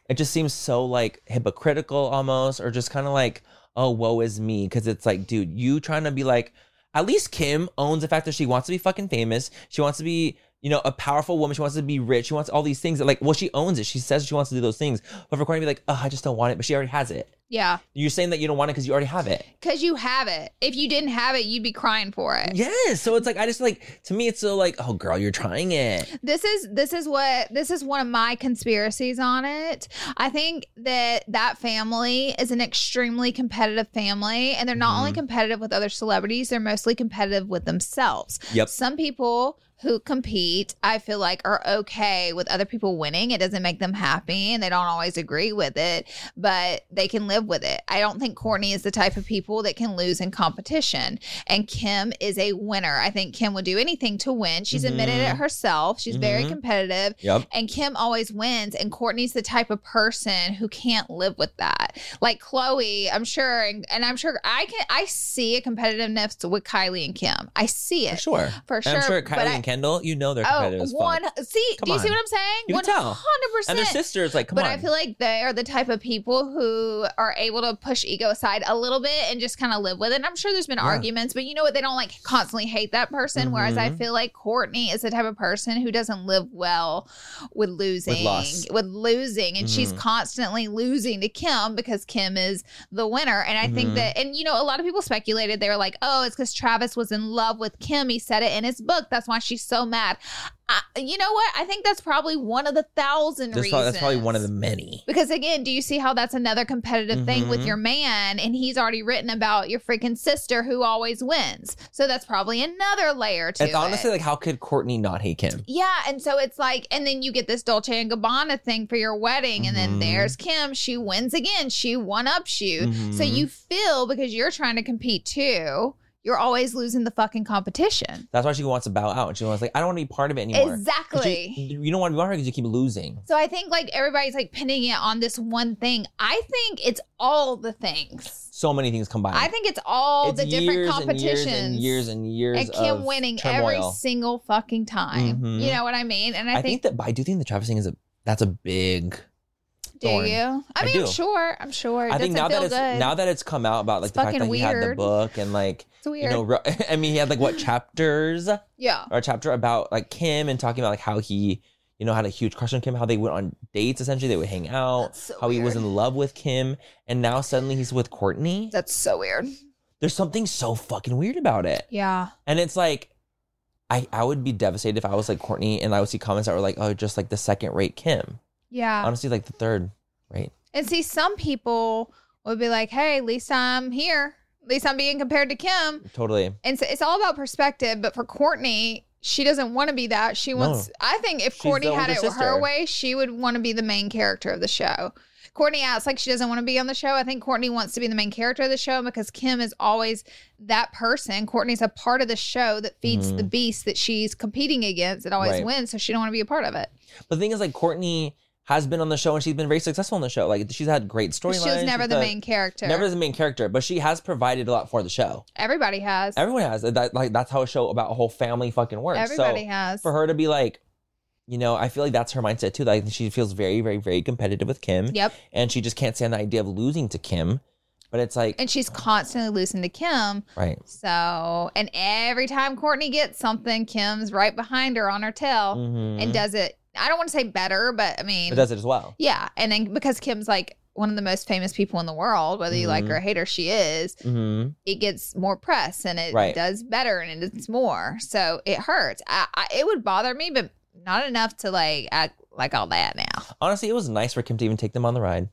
Speaker 1: it just seems so like hypocritical almost, or just kind of like oh woe is me because it's like dude, you trying to be like at least Kim owns the fact that she wants to be fucking famous. She wants to be, you know, a powerful woman. She wants to be rich. She wants all these things. That, like, well, she owns it. She says she wants to do those things. But for Courtney to be like, oh, I just don't want it, but she already has it.
Speaker 2: Yeah,
Speaker 1: You're saying that you don't want it because you already have it.
Speaker 2: because you have it. If you didn't have it, you'd be crying for it.
Speaker 1: Yes. So it's like, I just like, to me, it's so like, oh, girl, you're trying it.
Speaker 2: This is this is what this is one of my conspiracies on it. I think that that family is an extremely competitive family and they're not only
Speaker 1: Mhm.
Speaker 2: competitive with other celebrities, they're mostly competitive with themselves.
Speaker 1: Yep.
Speaker 2: Some people who compete, I feel like are okay with other people winning. It doesn't make them happy and they don't always agree with it, but they can live with it. I don't think Courtney is the type of people that can lose in competition. And Kim is a winner. I think Kim would do anything to win. She's admitted
Speaker 1: Mhm.
Speaker 2: it herself. She's very
Speaker 1: Mhm.
Speaker 2: competitive.
Speaker 1: Yep.
Speaker 2: And Kim always wins. And Courtney's the type of person who can't live with that. Like Chloe, I'm sure, and, and I'm sure I can I see a competitiveness with Kylie and Kim. I see
Speaker 1: For
Speaker 2: it
Speaker 1: sure.
Speaker 2: for
Speaker 1: And
Speaker 2: sure.
Speaker 1: I'm sure Kylie
Speaker 2: but I-
Speaker 1: and Kendall, you know they're competitive
Speaker 2: Oh,
Speaker 1: as fuck.
Speaker 2: one. See,
Speaker 1: Come
Speaker 2: do you see
Speaker 1: on.
Speaker 2: what I'm saying?
Speaker 1: You can tell. and
Speaker 2: 100%.
Speaker 1: they're sisters. Like, come
Speaker 2: but
Speaker 1: on.
Speaker 2: I feel like they are the type of people who are able to push ego aside a little bit and just kind of live with it. And I'm sure there's been
Speaker 1: Yeah.
Speaker 2: arguments, but you know what? They don't like constantly hate that person. Whereas I
Speaker 1: Mhm.
Speaker 2: feel like Courtney is the type of person who doesn't live well with losing,
Speaker 1: loss.
Speaker 2: with losing, and she's
Speaker 1: Mhm.
Speaker 2: constantly losing to Kim because Kim is the winner. And I
Speaker 1: Mhm.
Speaker 2: think that, and you know, a lot of people speculated they were like, "Oh, it's because Travis was in love with Kim." He said it in his book. That's why she's so mad. I, you know what? I think that's probably one of the thousand
Speaker 1: that's,
Speaker 2: reasons.
Speaker 1: probably, that's probably one of the many.
Speaker 2: Because again, do you see how that's another competitive thing with
Speaker 1: Mhm.
Speaker 2: your man? And he's already written about your freaking sister who always wins. So that's probably another layer to
Speaker 1: It's
Speaker 2: it.
Speaker 1: honestly like, how could Courtney not hate Kim?
Speaker 2: yeah, and so it's like, and then you get this Dolce and Gabbana thing for your wedding, and
Speaker 1: Mhm.
Speaker 2: then there's Kim. She wins again. She one ups you. So
Speaker 1: Mhm.
Speaker 2: you feel because you're trying to compete too, you're always losing the fucking competition.
Speaker 1: That's why she wants to bow out. She wants like, I don't want to be part of it anymore. 'Cause she-
Speaker 2: Exactly.
Speaker 1: you don't want to be part of it because you keep losing.
Speaker 2: So I think like everybody's like pinning it on this one thing. I think it's all the things.
Speaker 1: So many things combined.
Speaker 2: I think it's all
Speaker 1: It's
Speaker 2: the different
Speaker 1: years
Speaker 2: competitions.
Speaker 1: and years and years and years.
Speaker 2: and Kim
Speaker 1: of
Speaker 2: winning every
Speaker 1: turmoil.
Speaker 2: single fucking time.
Speaker 1: Mhm.
Speaker 2: You know what I mean? And I,
Speaker 1: I think
Speaker 2: think,
Speaker 1: that, but I do think the Travis thing is a that's a big.
Speaker 2: do
Speaker 1: thorn.
Speaker 2: you? I
Speaker 1: I
Speaker 2: mean,
Speaker 1: do.
Speaker 2: I'm sure. I'm sure. It
Speaker 1: I think
Speaker 2: doesn't
Speaker 1: now that
Speaker 2: feel
Speaker 1: it's
Speaker 2: good.
Speaker 1: now that it's come out about like
Speaker 2: It's
Speaker 1: the fact that
Speaker 2: fucking
Speaker 1: he had the
Speaker 2: weird.
Speaker 1: book and like
Speaker 2: it's weird.
Speaker 1: you know re- I mean he had like what chapters or
Speaker 2: yeah.
Speaker 1: a chapter about like Kim and talking about like how he you know had a huge crush on Kim how they went on dates essentially they would hang out
Speaker 2: That's so
Speaker 1: how he was
Speaker 2: weird.
Speaker 1: in love with Kim and now suddenly he's with Courtney.
Speaker 2: That's so weird.
Speaker 1: There's something so fucking weird about it.
Speaker 2: Yeah.
Speaker 1: And it's like, I, I would be devastated if I was like Courtney and I would see comments that were like, oh, just like the second rate Kim.
Speaker 2: Yeah.
Speaker 1: Honestly, like the third rate.
Speaker 2: And see, some people would be like, hey, at least I'm here. At least I'm being compared to Kim.
Speaker 1: Totally.
Speaker 2: And so it's all about perspective. But for Courtney, she doesn't want to be that. She wants, I think if
Speaker 1: She's
Speaker 2: Courtney
Speaker 1: the
Speaker 2: had it
Speaker 1: older sister.
Speaker 2: her way, she would want to be the main character of the show. Courtney acts like she doesn't want to be on the show. I think Courtney wants to be the main character of the show because Kim is always that person. Courtney's a part of the show that feeds the beast that she's competing against. It always
Speaker 1: Right.
Speaker 2: wins. So she don't want to be a part of it.
Speaker 1: But the thing is, like, Courtney has been on the show and she's been very successful on the show. Like, she's had great
Speaker 2: But
Speaker 1: storylines.
Speaker 2: She was never
Speaker 1: she's
Speaker 2: the
Speaker 1: done-
Speaker 2: main character.
Speaker 1: Never the main character, but she has provided a lot for the show.
Speaker 2: Everybody has.
Speaker 1: Everyone has. That, like, that's how a show about a whole family fucking works.
Speaker 2: Everybody
Speaker 1: so
Speaker 2: has.
Speaker 1: for her to be like, you know, I feel like that's her mindset too. Like, she feels very, very, very competitive with Kim.
Speaker 2: Yep.
Speaker 1: And she just can't stand the idea of losing to Kim. But it's like,
Speaker 2: And she's constantly losing to Kim.
Speaker 1: right.
Speaker 2: So, and every time Courtney gets something, Kim's right behind her on her tail
Speaker 1: Mhm.
Speaker 2: and does it. I don't want to say better, but I mean,
Speaker 1: But does it as well.
Speaker 2: yeah. And then because Kim's like one of the most famous people in the world, whether you like her or hate her, she is,
Speaker 1: Mm-hmm.
Speaker 2: it gets more press and it
Speaker 1: Right.
Speaker 2: does better and it's more. So it hurts. I, I, it would bother me, but not enough to like act like all that now.
Speaker 1: Honestly, it was nice for Kim to even take them on the ride.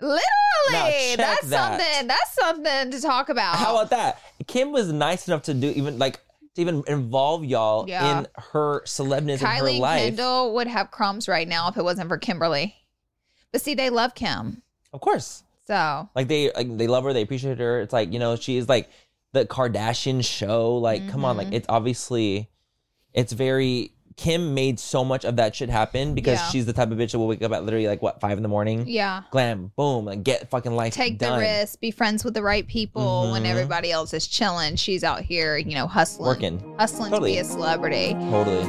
Speaker 2: Literally,
Speaker 1: Now, check
Speaker 2: that's
Speaker 1: that.
Speaker 2: something. That's something to talk about.
Speaker 1: How about that? Kim was nice enough to do even like to even involve y'all
Speaker 2: Yeah.
Speaker 1: in her celebness in her
Speaker 2: Kylie
Speaker 1: life.
Speaker 2: Kendall would have crumbs right now if it wasn't for Kimberly. But see, they love Kim.
Speaker 1: Of course,
Speaker 2: So
Speaker 1: like they like they love her, they appreciate her. It's like you know she is like the Kardashian show. Like come on,
Speaker 2: Mm-hmm.
Speaker 1: like it's obviously it's very. Kim made so much of that shit happen because
Speaker 2: Yeah.
Speaker 1: she's the type of bitch that will wake up at literally like what five in the morning,
Speaker 2: yeah.
Speaker 1: glam, boom, like get fucking life
Speaker 2: Take
Speaker 1: done,
Speaker 2: the risk, be friends with the right people when
Speaker 1: Mhm.
Speaker 2: everybody else is chilling. She's out here, you know, hustling.
Speaker 1: working,
Speaker 2: Hustling
Speaker 1: Totally.
Speaker 2: to be a celebrity.
Speaker 1: totally.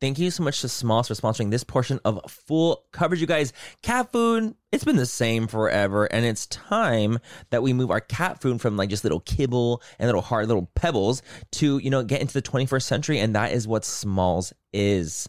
Speaker 1: Thank you so much to Smalls for sponsoring this portion of full coverage, you guys. Cat food, it's been the same forever, and it's time that we move our cat food from like just little kibble and little hard little pebbles to, you know, get into the 21st century, and that is what Smalls is.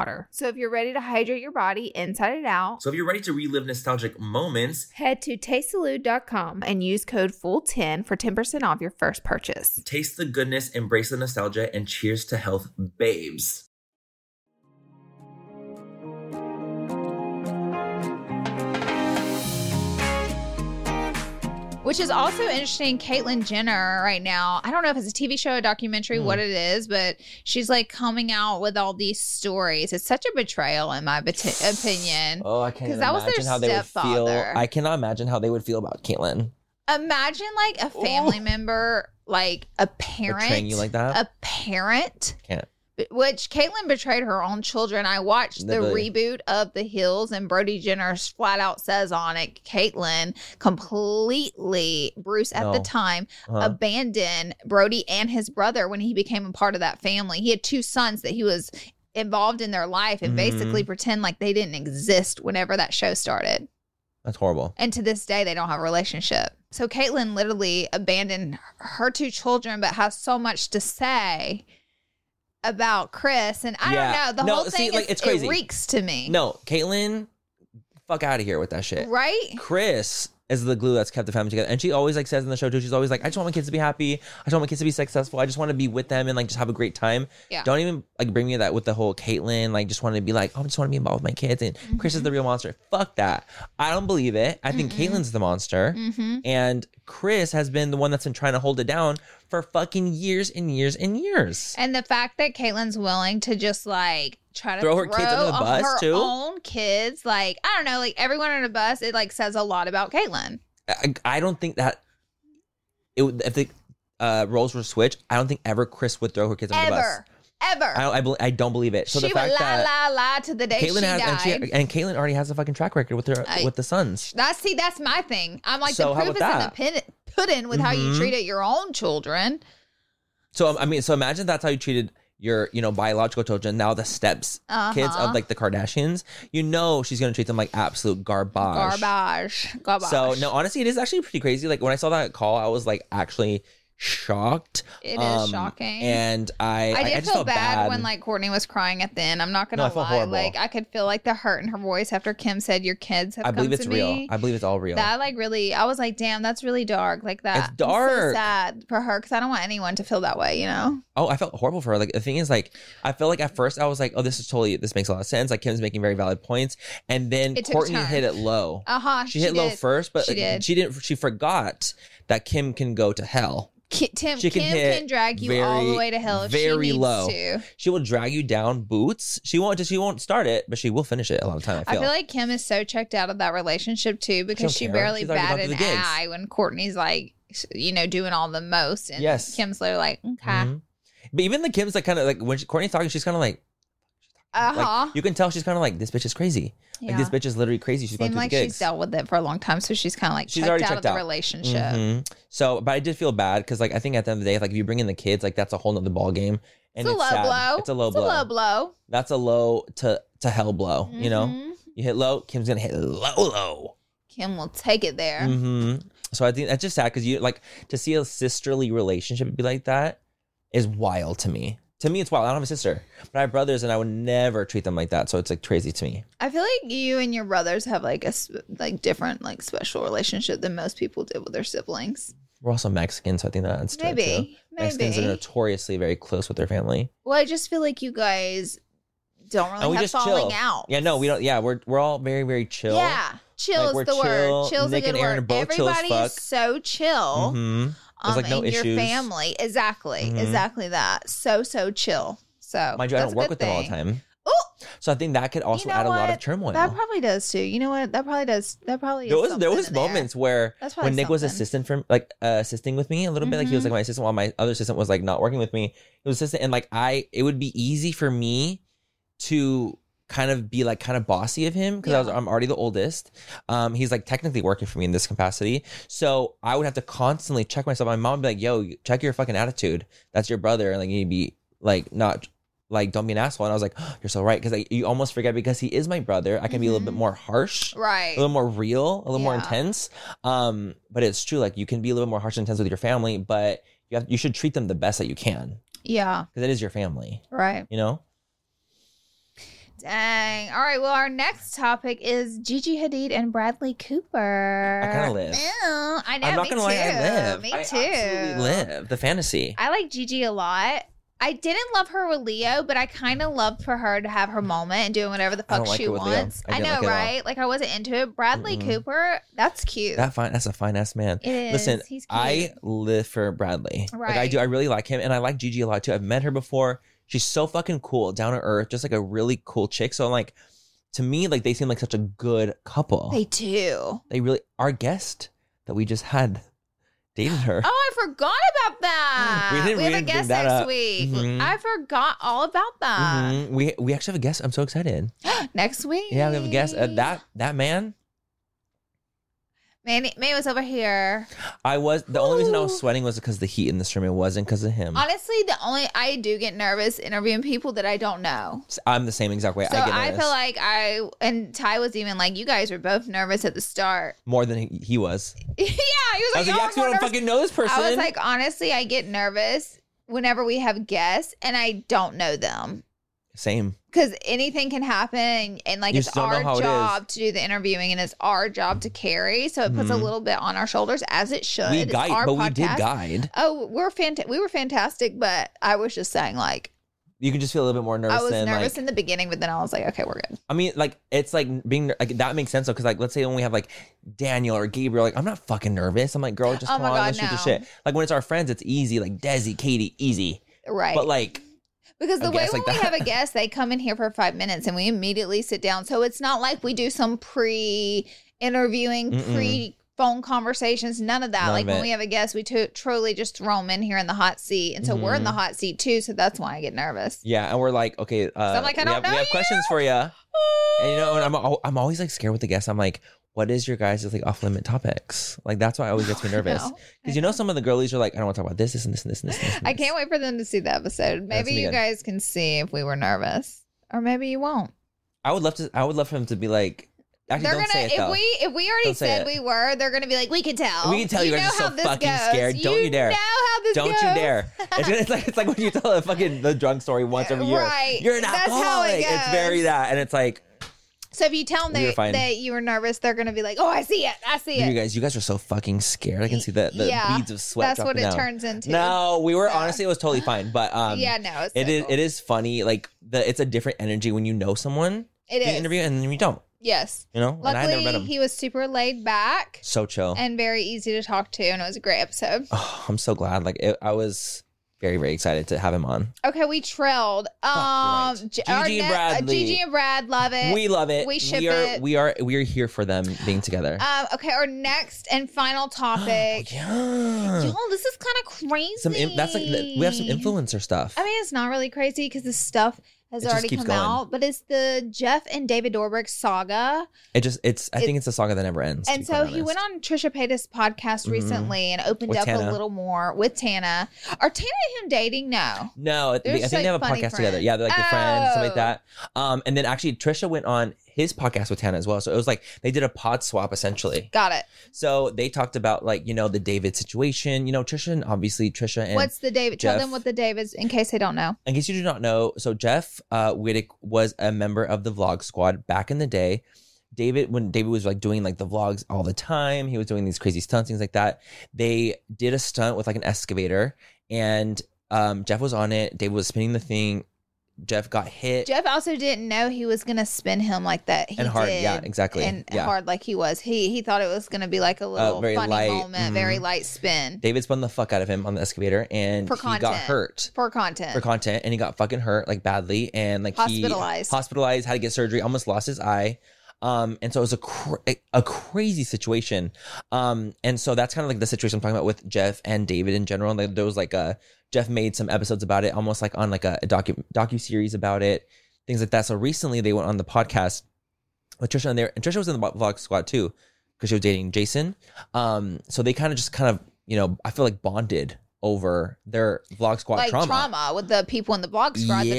Speaker 5: So if you're ready to hydrate your body inside and out,
Speaker 1: So if you're ready to relive nostalgic moments,
Speaker 5: head to tastesalud.com and use code FULL10 for 10% off your first purchase.
Speaker 1: Taste the goodness, embrace the nostalgia, and cheers to health, babes.
Speaker 2: Which is also interesting. Caitlyn Jenner, right now, I don't know if it's a TV show, a documentary, what it is, but she's like coming out with all these stories. It's such a betrayal, in my beti- opinion.
Speaker 1: Oh, I can't
Speaker 2: 'Cause
Speaker 1: even
Speaker 2: that was their
Speaker 1: imagine how they would feel.
Speaker 2: stepfather.
Speaker 1: I cannot imagine how they would feel about Caitlyn
Speaker 2: Imagine like a family member, like a parent,
Speaker 1: Oh. betraying you like that.
Speaker 2: a parent.
Speaker 1: Can't.
Speaker 2: b- Which Caitlyn betrayed her own children. I watched the
Speaker 1: Literally.
Speaker 2: reboot of The Hills, and Brody Jenner flat out says on it, Caitlyn completely Bruce at the
Speaker 1: No.
Speaker 2: time
Speaker 1: Uh-huh.
Speaker 2: abandoned Brody and his brother when he became a part of that family. He had two sons that he was involved in their life and
Speaker 1: Mm-hmm.
Speaker 2: basically pretend like they didn't exist whenever that show started.
Speaker 1: That's horrible.
Speaker 2: And to this day, they don't have a relationship. So Caitlyn literally abandoned her two children, but has so much to say about Chris. And I
Speaker 1: Yeah.
Speaker 2: don't know. The
Speaker 1: No,
Speaker 2: whole
Speaker 1: see,
Speaker 2: thing
Speaker 1: like,
Speaker 2: is,
Speaker 1: it's crazy.
Speaker 2: it reeks to me.
Speaker 1: No, Caitlyn, fuck out of here with that shit.
Speaker 2: Right?
Speaker 1: Chris is the glue that's kept the family together. And she always like says in the show too, she's always like, I just want my kids to be happy. I just want my kids to be successful. I just want to be with them and like just have a great time.
Speaker 2: Yeah.
Speaker 1: Don't even like bring me that with the whole Caitlyn, like just want to be like, oh, I just want to be involved with my kids. And Chris
Speaker 2: Mm-hmm.
Speaker 1: is the real monster. Fuck that. I don't believe it. I think Caitlyn's the monster.
Speaker 2: Mm-hmm.
Speaker 1: And Chris has been the one that's been trying to hold it down for fucking years and years and years.
Speaker 2: And the fact that Caitlyn's willing to just like try to
Speaker 1: Throw her kids under the
Speaker 2: on
Speaker 1: bus,
Speaker 2: her
Speaker 1: too?
Speaker 2: own kids, like I don't know, like everyone on a bus, it like says a lot about Caitlyn.
Speaker 1: I, I don't think that it would, if the uh, roles were switched, I don't think ever Chris would throw her kids under the bus.
Speaker 2: Ever, ever.
Speaker 1: I, I, bel- I don't believe it. So
Speaker 2: she
Speaker 1: the
Speaker 2: would
Speaker 1: fact
Speaker 2: lie,
Speaker 1: that
Speaker 2: lie, lie to the day
Speaker 1: Caitlyn
Speaker 2: she
Speaker 1: has
Speaker 2: died.
Speaker 1: and she and Caitlyn already has a fucking track record with her
Speaker 2: I-
Speaker 1: with the sons.
Speaker 2: That's see, that's my thing. I'm like
Speaker 1: So
Speaker 2: the
Speaker 1: how
Speaker 2: proof is
Speaker 1: about
Speaker 2: in the pin, pudding with how you
Speaker 1: Mhm.
Speaker 2: treat it your own children.
Speaker 1: So I mean, so imagine that's how you treated your you know biological children. Now the steps kids
Speaker 2: Uh-huh.
Speaker 1: of like the Kardashians. You know she's gonna treat them like absolute garbage.
Speaker 2: Garbage, garbage.
Speaker 1: So no, honestly, it is actually pretty crazy. Like when I saw that call, I was like actually shocked. Um,
Speaker 2: It is shocking.
Speaker 1: and I
Speaker 2: I
Speaker 1: like,
Speaker 2: did
Speaker 1: just
Speaker 2: feel
Speaker 1: felt
Speaker 2: bad, when like Courtney was crying at the end. I'm not
Speaker 1: No,
Speaker 2: gonna
Speaker 1: I felt
Speaker 2: lie,
Speaker 1: horrible.
Speaker 2: like I could feel like the hurt in her voice after Kim said, "Your kids have
Speaker 1: I believe
Speaker 2: come
Speaker 1: it's
Speaker 2: to
Speaker 1: real.
Speaker 2: me."
Speaker 1: I believe it's all real.
Speaker 2: That like really, I was like, damn, that's really dark. Like that,
Speaker 1: It's
Speaker 2: I'm
Speaker 1: dark.
Speaker 2: so sad for her because I don't want anyone to feel that way. You know,
Speaker 1: Oh, I felt horrible for her. Like the thing is, like I felt like at first I was like, oh, this is totally this makes a lot of sense. Like Kim's making very valid points, and then
Speaker 2: It took a
Speaker 1: Courtney
Speaker 2: turn.
Speaker 1: hit it low.
Speaker 2: uh huh.
Speaker 1: she, hit low first, but
Speaker 2: she did.
Speaker 1: she didn't. She forgot that Kim can go to hell.
Speaker 2: Ki- Tim,
Speaker 1: She can
Speaker 2: Kim
Speaker 1: hit
Speaker 2: can drag you all
Speaker 1: very-
Speaker 2: the way to hell. If
Speaker 1: very
Speaker 2: she needs
Speaker 1: low.
Speaker 2: To.
Speaker 1: She will drag you down boots. She won't. She won't start it, but she will finish it a lot of time.
Speaker 2: I feel like Kim is so checked out of that relationship too because
Speaker 1: don't
Speaker 2: she
Speaker 1: care.
Speaker 2: barely
Speaker 1: She's already gone
Speaker 2: batted
Speaker 1: through
Speaker 2: an
Speaker 1: the gigs.
Speaker 2: eye when Courtney's like, you know, doing all the most. And
Speaker 1: Yes. Mm-hmm.
Speaker 2: Kim's literally like, okay.
Speaker 1: Mhm. But even the Kim's like kind of like when she, Courtney's talking, she's kind of like,
Speaker 2: Uh
Speaker 1: Like
Speaker 2: huh.
Speaker 1: you can tell she's kind of like this bitch is crazy. Like this bitch is literally crazy. She's going
Speaker 2: Seemed
Speaker 1: through
Speaker 2: like
Speaker 1: the gigs.
Speaker 2: she's dealt with it for a long time, so she's kind of like
Speaker 1: She's
Speaker 2: checked
Speaker 1: already
Speaker 2: out
Speaker 1: checked
Speaker 2: of the
Speaker 1: out.
Speaker 2: relationship.
Speaker 1: Mhm. So, but I did feel bad because like I think at the end of the day, like if you bring in the kids, like that's a whole nother ball game. And
Speaker 2: It's a low
Speaker 1: sad.
Speaker 2: blow.
Speaker 1: It's a low blow.
Speaker 2: blow.
Speaker 1: That's a low to to hell blow. You know,
Speaker 2: Mhm.
Speaker 1: you hit low, Kim's gonna hit low low.
Speaker 2: Kim will take it there.
Speaker 1: hmm So I think that's just sad because you like to see a sisterly relationship be like that is wild to me. To me, it's wild. I don't have a sister, but I have brothers, and I would never treat them like that. So it's like crazy to me.
Speaker 2: I feel like you and your brothers have like a sp- like different like special relationship than most people do with their siblings.
Speaker 1: We're also Mexican, so I think that's to it, too.
Speaker 2: Maybe,
Speaker 1: Mexicans are
Speaker 2: maybe.
Speaker 1: notoriously very close with their family.
Speaker 2: Well, I just feel like you guys don't really
Speaker 1: and we
Speaker 2: have
Speaker 1: just
Speaker 2: falling
Speaker 1: chill.
Speaker 2: out.
Speaker 1: Yeah, no, we don't. Yeah, we're we're all very very chill.
Speaker 2: Yeah, chill
Speaker 1: Like,
Speaker 2: is
Speaker 1: we're
Speaker 2: the
Speaker 1: chill.
Speaker 2: word. Chill's
Speaker 1: Nick
Speaker 2: a good
Speaker 1: and Aaron are
Speaker 2: word.
Speaker 1: both chill as
Speaker 2: Everybody's
Speaker 1: fuck.
Speaker 2: so chill.
Speaker 1: hmm There's, like, no
Speaker 2: in your
Speaker 1: issues.
Speaker 2: family, exactly,
Speaker 1: Mhm.
Speaker 2: exactly that. So so chill. So
Speaker 1: Mind you, I
Speaker 2: that's
Speaker 1: don't
Speaker 2: a
Speaker 1: work
Speaker 2: good
Speaker 1: with them all the
Speaker 2: thing.
Speaker 1: time.
Speaker 2: Ooh,
Speaker 1: So I think that could also
Speaker 2: know
Speaker 1: add a lot of
Speaker 2: what?
Speaker 1: turmoil.
Speaker 2: that probably does too. You know what? That probably does. That probably
Speaker 1: there
Speaker 2: is
Speaker 1: was there
Speaker 2: something
Speaker 1: was
Speaker 2: in there.
Speaker 1: moments where
Speaker 2: That's probably
Speaker 1: when Nick was
Speaker 2: something. Mm-hmm.
Speaker 1: assistant for like uh, assisting with me a little bit, like he was like my assistant while my other assistant was like not working with me. He was assistant, and like I, it would be easy for me to kind of be like kind of bossy of him because I was
Speaker 2: Yeah.
Speaker 1: I'm already the oldest. Um, he's like technically working for me in this capacity, so I would have to constantly check myself. My mom would be like, "Yo, check your fucking attitude. That's your brother." And like he'd be like, "Not." Like, don't be an asshole. And I was like, you're so right. Cause like, you almost forget because he is my brother. I can be a little bit
Speaker 2: Mhm.
Speaker 1: more harsh
Speaker 2: right?
Speaker 1: a little more real, a little more
Speaker 2: Yeah.
Speaker 1: intense. Um, but it's true. Like you can be a little more harsh and intense with your family, but you have, you should treat them the best that you can
Speaker 2: yeah,
Speaker 1: because it is your family.
Speaker 2: right.
Speaker 1: You know,
Speaker 2: Dang. All right. Well, our next topic is Gigi Hadid and Bradley Cooper.
Speaker 1: I kind of live.
Speaker 2: Ew, I know.
Speaker 1: I'm not
Speaker 2: me
Speaker 1: gonna
Speaker 2: too.
Speaker 1: lie, I live.
Speaker 2: Me
Speaker 1: I
Speaker 2: too.
Speaker 1: absolutely live the fantasy.
Speaker 2: I like Gigi a lot. I didn't love her with Leo, but I kind of loved for her to have her moment and doing whatever the
Speaker 1: I don't
Speaker 2: fuck
Speaker 1: like
Speaker 2: she
Speaker 1: it with Leo.
Speaker 2: wants.
Speaker 1: I
Speaker 2: I,
Speaker 1: didn't
Speaker 2: know,
Speaker 1: like it at all.
Speaker 2: right? Like I wasn't into it. Bradley
Speaker 1: Mm-mm.
Speaker 2: Cooper, that's cute.
Speaker 1: that fine. That's a fine ass man.
Speaker 2: it is.
Speaker 1: Listen,
Speaker 2: He's cute.
Speaker 1: I live for Bradley. Like I
Speaker 2: Right.
Speaker 1: do. I really like him, and I like Gigi a lot too. I've met her before. She's so fucking cool, down to earth, just like a really cool chick. So like, to me, like they seem like such a good couple.
Speaker 2: they do.
Speaker 1: they really our guest that we just had dated her.
Speaker 2: Oh, I forgot about that.
Speaker 1: Mm, We didn't- we
Speaker 2: have
Speaker 1: didn't
Speaker 2: a
Speaker 1: bring
Speaker 2: guest
Speaker 1: that
Speaker 2: next
Speaker 1: up.
Speaker 2: week.
Speaker 1: Mhm.
Speaker 2: I forgot all about that.
Speaker 1: Mhm. We we actually have a guest. I'm so excited.
Speaker 2: Next week.
Speaker 1: Yeah, we have a guest. Uh, that that man.
Speaker 2: Manny, Manny was over here.
Speaker 1: I was the only reason I was
Speaker 2: Ooh.
Speaker 1: sweating was because the heat in this room. It wasn't because of him.
Speaker 2: Honestly, the only I do get nervous interviewing people that I don't know.
Speaker 1: S- I'm the same exact way.
Speaker 2: so
Speaker 1: I get
Speaker 2: I,
Speaker 1: nervous
Speaker 2: feel like I and Ty was even like, you guys were both nervous at the start.
Speaker 1: more than he, he was.
Speaker 2: yeah, he was
Speaker 1: I
Speaker 2: like,
Speaker 1: was like,
Speaker 2: "Y'all
Speaker 1: you actually
Speaker 2: were
Speaker 1: don't
Speaker 2: nervous."
Speaker 1: fucking know this person.
Speaker 2: I was like, honestly, I get nervous whenever we have guests and I don't know them
Speaker 1: same.
Speaker 2: because anything can happen and, and, like
Speaker 1: You
Speaker 2: it's
Speaker 1: just don't know
Speaker 2: our
Speaker 1: how it is.
Speaker 2: job to do the interviewing and it's our job to carry. So it puts a
Speaker 1: Mhm.
Speaker 2: little bit on our shoulders as it should.
Speaker 1: We
Speaker 2: It's
Speaker 1: guide,
Speaker 2: our
Speaker 1: but we did
Speaker 2: podcast.
Speaker 1: guide.
Speaker 2: Oh, we're fantastic. We were fantastic, but I was just saying, like,
Speaker 1: You can just feel a little bit more nervous.
Speaker 2: I was
Speaker 1: than,
Speaker 2: nervous
Speaker 1: like,
Speaker 2: in the beginning, but then I was like, okay, we're good.
Speaker 1: I mean, like it's like being like that makes sense though, because like let's say when we have like Daniel or Gabriel, like I'm not fucking nervous. I'm like, girl, just
Speaker 2: Oh
Speaker 1: come
Speaker 2: my
Speaker 1: on,
Speaker 2: God,
Speaker 1: let's shoot the
Speaker 2: no.
Speaker 1: shit. Like when it's our friends, it's easy. Like Desi, Katie, easy.
Speaker 2: Right.
Speaker 1: But like
Speaker 2: because
Speaker 1: a
Speaker 2: the way
Speaker 1: guest
Speaker 2: when
Speaker 1: like
Speaker 2: we
Speaker 1: that.
Speaker 2: have a guest, they come in here for five minutes and we immediately sit down. So it's not like we do some pre interviewing,
Speaker 1: Mm-mm.
Speaker 2: pre phone conversations, none of that.
Speaker 1: None of
Speaker 2: like when
Speaker 1: it.
Speaker 2: we have a guest, we to truly just throw them in here in the hot seat. And so we're
Speaker 1: Mm-hmm.
Speaker 2: in the hot seat too. So that's why I get nervous.
Speaker 1: Yeah, and we're like, okay, uh,
Speaker 2: I'm like, I
Speaker 1: we,
Speaker 2: don't
Speaker 1: have, we
Speaker 2: know
Speaker 1: have questions for you. And you know, and I'm al- I'm always like scared with the guests. I'm like, what is your guys' like off limit topics? Like that's why I always gets me nervous
Speaker 2: No.
Speaker 1: because you know some of the girlies are like, I don't want to talk about this, this, and this, and this, and this. And this and
Speaker 2: I
Speaker 1: this."
Speaker 2: can't wait for them to see the episode.
Speaker 1: That's
Speaker 2: Maybe
Speaker 1: me
Speaker 2: you
Speaker 1: good.
Speaker 2: guys can see if we were nervous. Or maybe you won't.
Speaker 1: I would love to. I would love for him to be like, actually,
Speaker 2: they're
Speaker 1: don't
Speaker 2: gonna
Speaker 1: say it
Speaker 2: if
Speaker 1: though.
Speaker 2: we if we already
Speaker 1: Don't say
Speaker 2: said
Speaker 1: it.
Speaker 2: we were, they're gonna be like, we can tell.
Speaker 1: We can tell you guys are so fucking scared. Don't you dare.
Speaker 2: Know how this
Speaker 1: don't
Speaker 2: goes.
Speaker 1: you dare! It's, gonna- it's like it's like when you tell a fucking the drunk story once every year.
Speaker 2: Right.
Speaker 1: You're an
Speaker 2: That's how
Speaker 1: alcoholic.
Speaker 2: it
Speaker 1: It's very
Speaker 2: goes.
Speaker 1: that, and it's like
Speaker 2: So if you tell them
Speaker 1: We were
Speaker 2: that,
Speaker 1: fine.
Speaker 2: that you were nervous, they're gonna be like, oh, I see it, I see
Speaker 1: you
Speaker 2: it.
Speaker 1: guys, you guys are so fucking scared. I can see the, the
Speaker 2: Yeah,
Speaker 1: beads of sweat.
Speaker 2: That's what
Speaker 1: dropping
Speaker 2: it
Speaker 1: down.
Speaker 2: turns into.
Speaker 1: No, we were
Speaker 2: Yeah.
Speaker 1: honestly it was totally fine, but um,
Speaker 2: yeah, no, it's
Speaker 1: It is.
Speaker 2: simple.
Speaker 1: It is funny. Like the, it's a different energy when you know someone
Speaker 2: It
Speaker 1: in the
Speaker 2: is.
Speaker 1: interview, and then you don't.
Speaker 2: Yes.
Speaker 1: You know, and I never met
Speaker 2: Luckily,
Speaker 1: him.
Speaker 2: he was super laid back
Speaker 1: so chill.
Speaker 2: and very easy to talk to, and it was a great episode.
Speaker 1: oh, I'm so glad. Like it, I was very, very excited to have him on.
Speaker 2: Okay, we trailed.
Speaker 1: you're
Speaker 2: Um,
Speaker 1: right.
Speaker 2: G- our
Speaker 1: Gigi and
Speaker 2: ne- uh,
Speaker 1: Bradley.
Speaker 2: Gigi and Brad, love it.
Speaker 1: we love it.
Speaker 2: Eh, we ship
Speaker 1: are,
Speaker 2: it.
Speaker 1: We are. We are here for them being together.
Speaker 2: um, okay, our next and final
Speaker 1: Oh,
Speaker 2: topic.
Speaker 1: yeah.
Speaker 2: Y'all, this is kind of crazy.
Speaker 1: Some. im- That's like we have some influencer stuff.
Speaker 2: I mean, it's not really crazy because this stuff has
Speaker 1: It just
Speaker 2: already
Speaker 1: keeps
Speaker 2: come
Speaker 1: going.
Speaker 2: out, but it's the Jeff and David Dorbrick saga.
Speaker 1: It just it's I
Speaker 2: It-
Speaker 1: think it's a saga that never ends. to
Speaker 2: and
Speaker 1: be
Speaker 2: so
Speaker 1: quite
Speaker 2: he went
Speaker 1: honest.
Speaker 2: on Trisha Paytas' podcast
Speaker 1: Mhm.
Speaker 2: recently and opened
Speaker 1: With
Speaker 2: up
Speaker 1: Tana.
Speaker 2: a little more with Tana. Are Tana and him dating? No.
Speaker 1: No, I think-
Speaker 2: They're
Speaker 1: I
Speaker 2: just,
Speaker 1: think they
Speaker 2: like,
Speaker 1: have a podcast
Speaker 2: funny
Speaker 1: together.
Speaker 2: friends.
Speaker 1: Yeah, they're like the friends, something like
Speaker 2: Oh.
Speaker 1: that. Um, and then actually Trisha went on his podcast with Tana as well. So it was like they did a pod swap essentially.
Speaker 2: Got it.
Speaker 1: So they talked about like you know the David situation. You know Trisha and obviously Trisha and
Speaker 2: What's the David? Tell
Speaker 1: Jeff-
Speaker 2: them what the David's in case they don't know.
Speaker 1: in case you do not know, so Jeff uh, Whittick was a member of the Vlog Squad back in the day. David, when David was like doing like the vlogs all the time, he was doing these crazy stunts, things like that. They did a stunt with like an excavator, and um, Jeff was on it. David was spinning the thing. Jeff got hit
Speaker 2: Jeff also didn't know he was gonna spin him like that. He
Speaker 1: and hard.
Speaker 2: did.
Speaker 1: Yeah, exactly.
Speaker 2: And
Speaker 1: yeah.
Speaker 2: hard like he was. He he thought it was gonna be like a little
Speaker 1: very
Speaker 2: funny
Speaker 1: light,
Speaker 2: moment,
Speaker 1: mhm.
Speaker 2: very light spin
Speaker 1: David spun the fuck out of him on the excavator, and
Speaker 2: For
Speaker 1: he got
Speaker 2: content.
Speaker 1: hurt.
Speaker 2: for content.
Speaker 1: for content and he got fucking hurt like badly and like
Speaker 2: Hospitalized.
Speaker 1: he hospitalized had to get surgery almost lost his eye um and so it was a cr- a crazy situation um and so that's kind of like the situation I'm talking about with Jeff and David in general like, there was like a Jeff made some episodes about it almost like on like a, a docu docu series about it things like that so recently they went on the podcast with Trisha and there and Trisha was in the bo- vlog squad too because she was dating Jason um so they kind of just kind of you know I feel like bonded over their vlog squad
Speaker 2: like trauma. with the people in the blog squad
Speaker 1: Yes.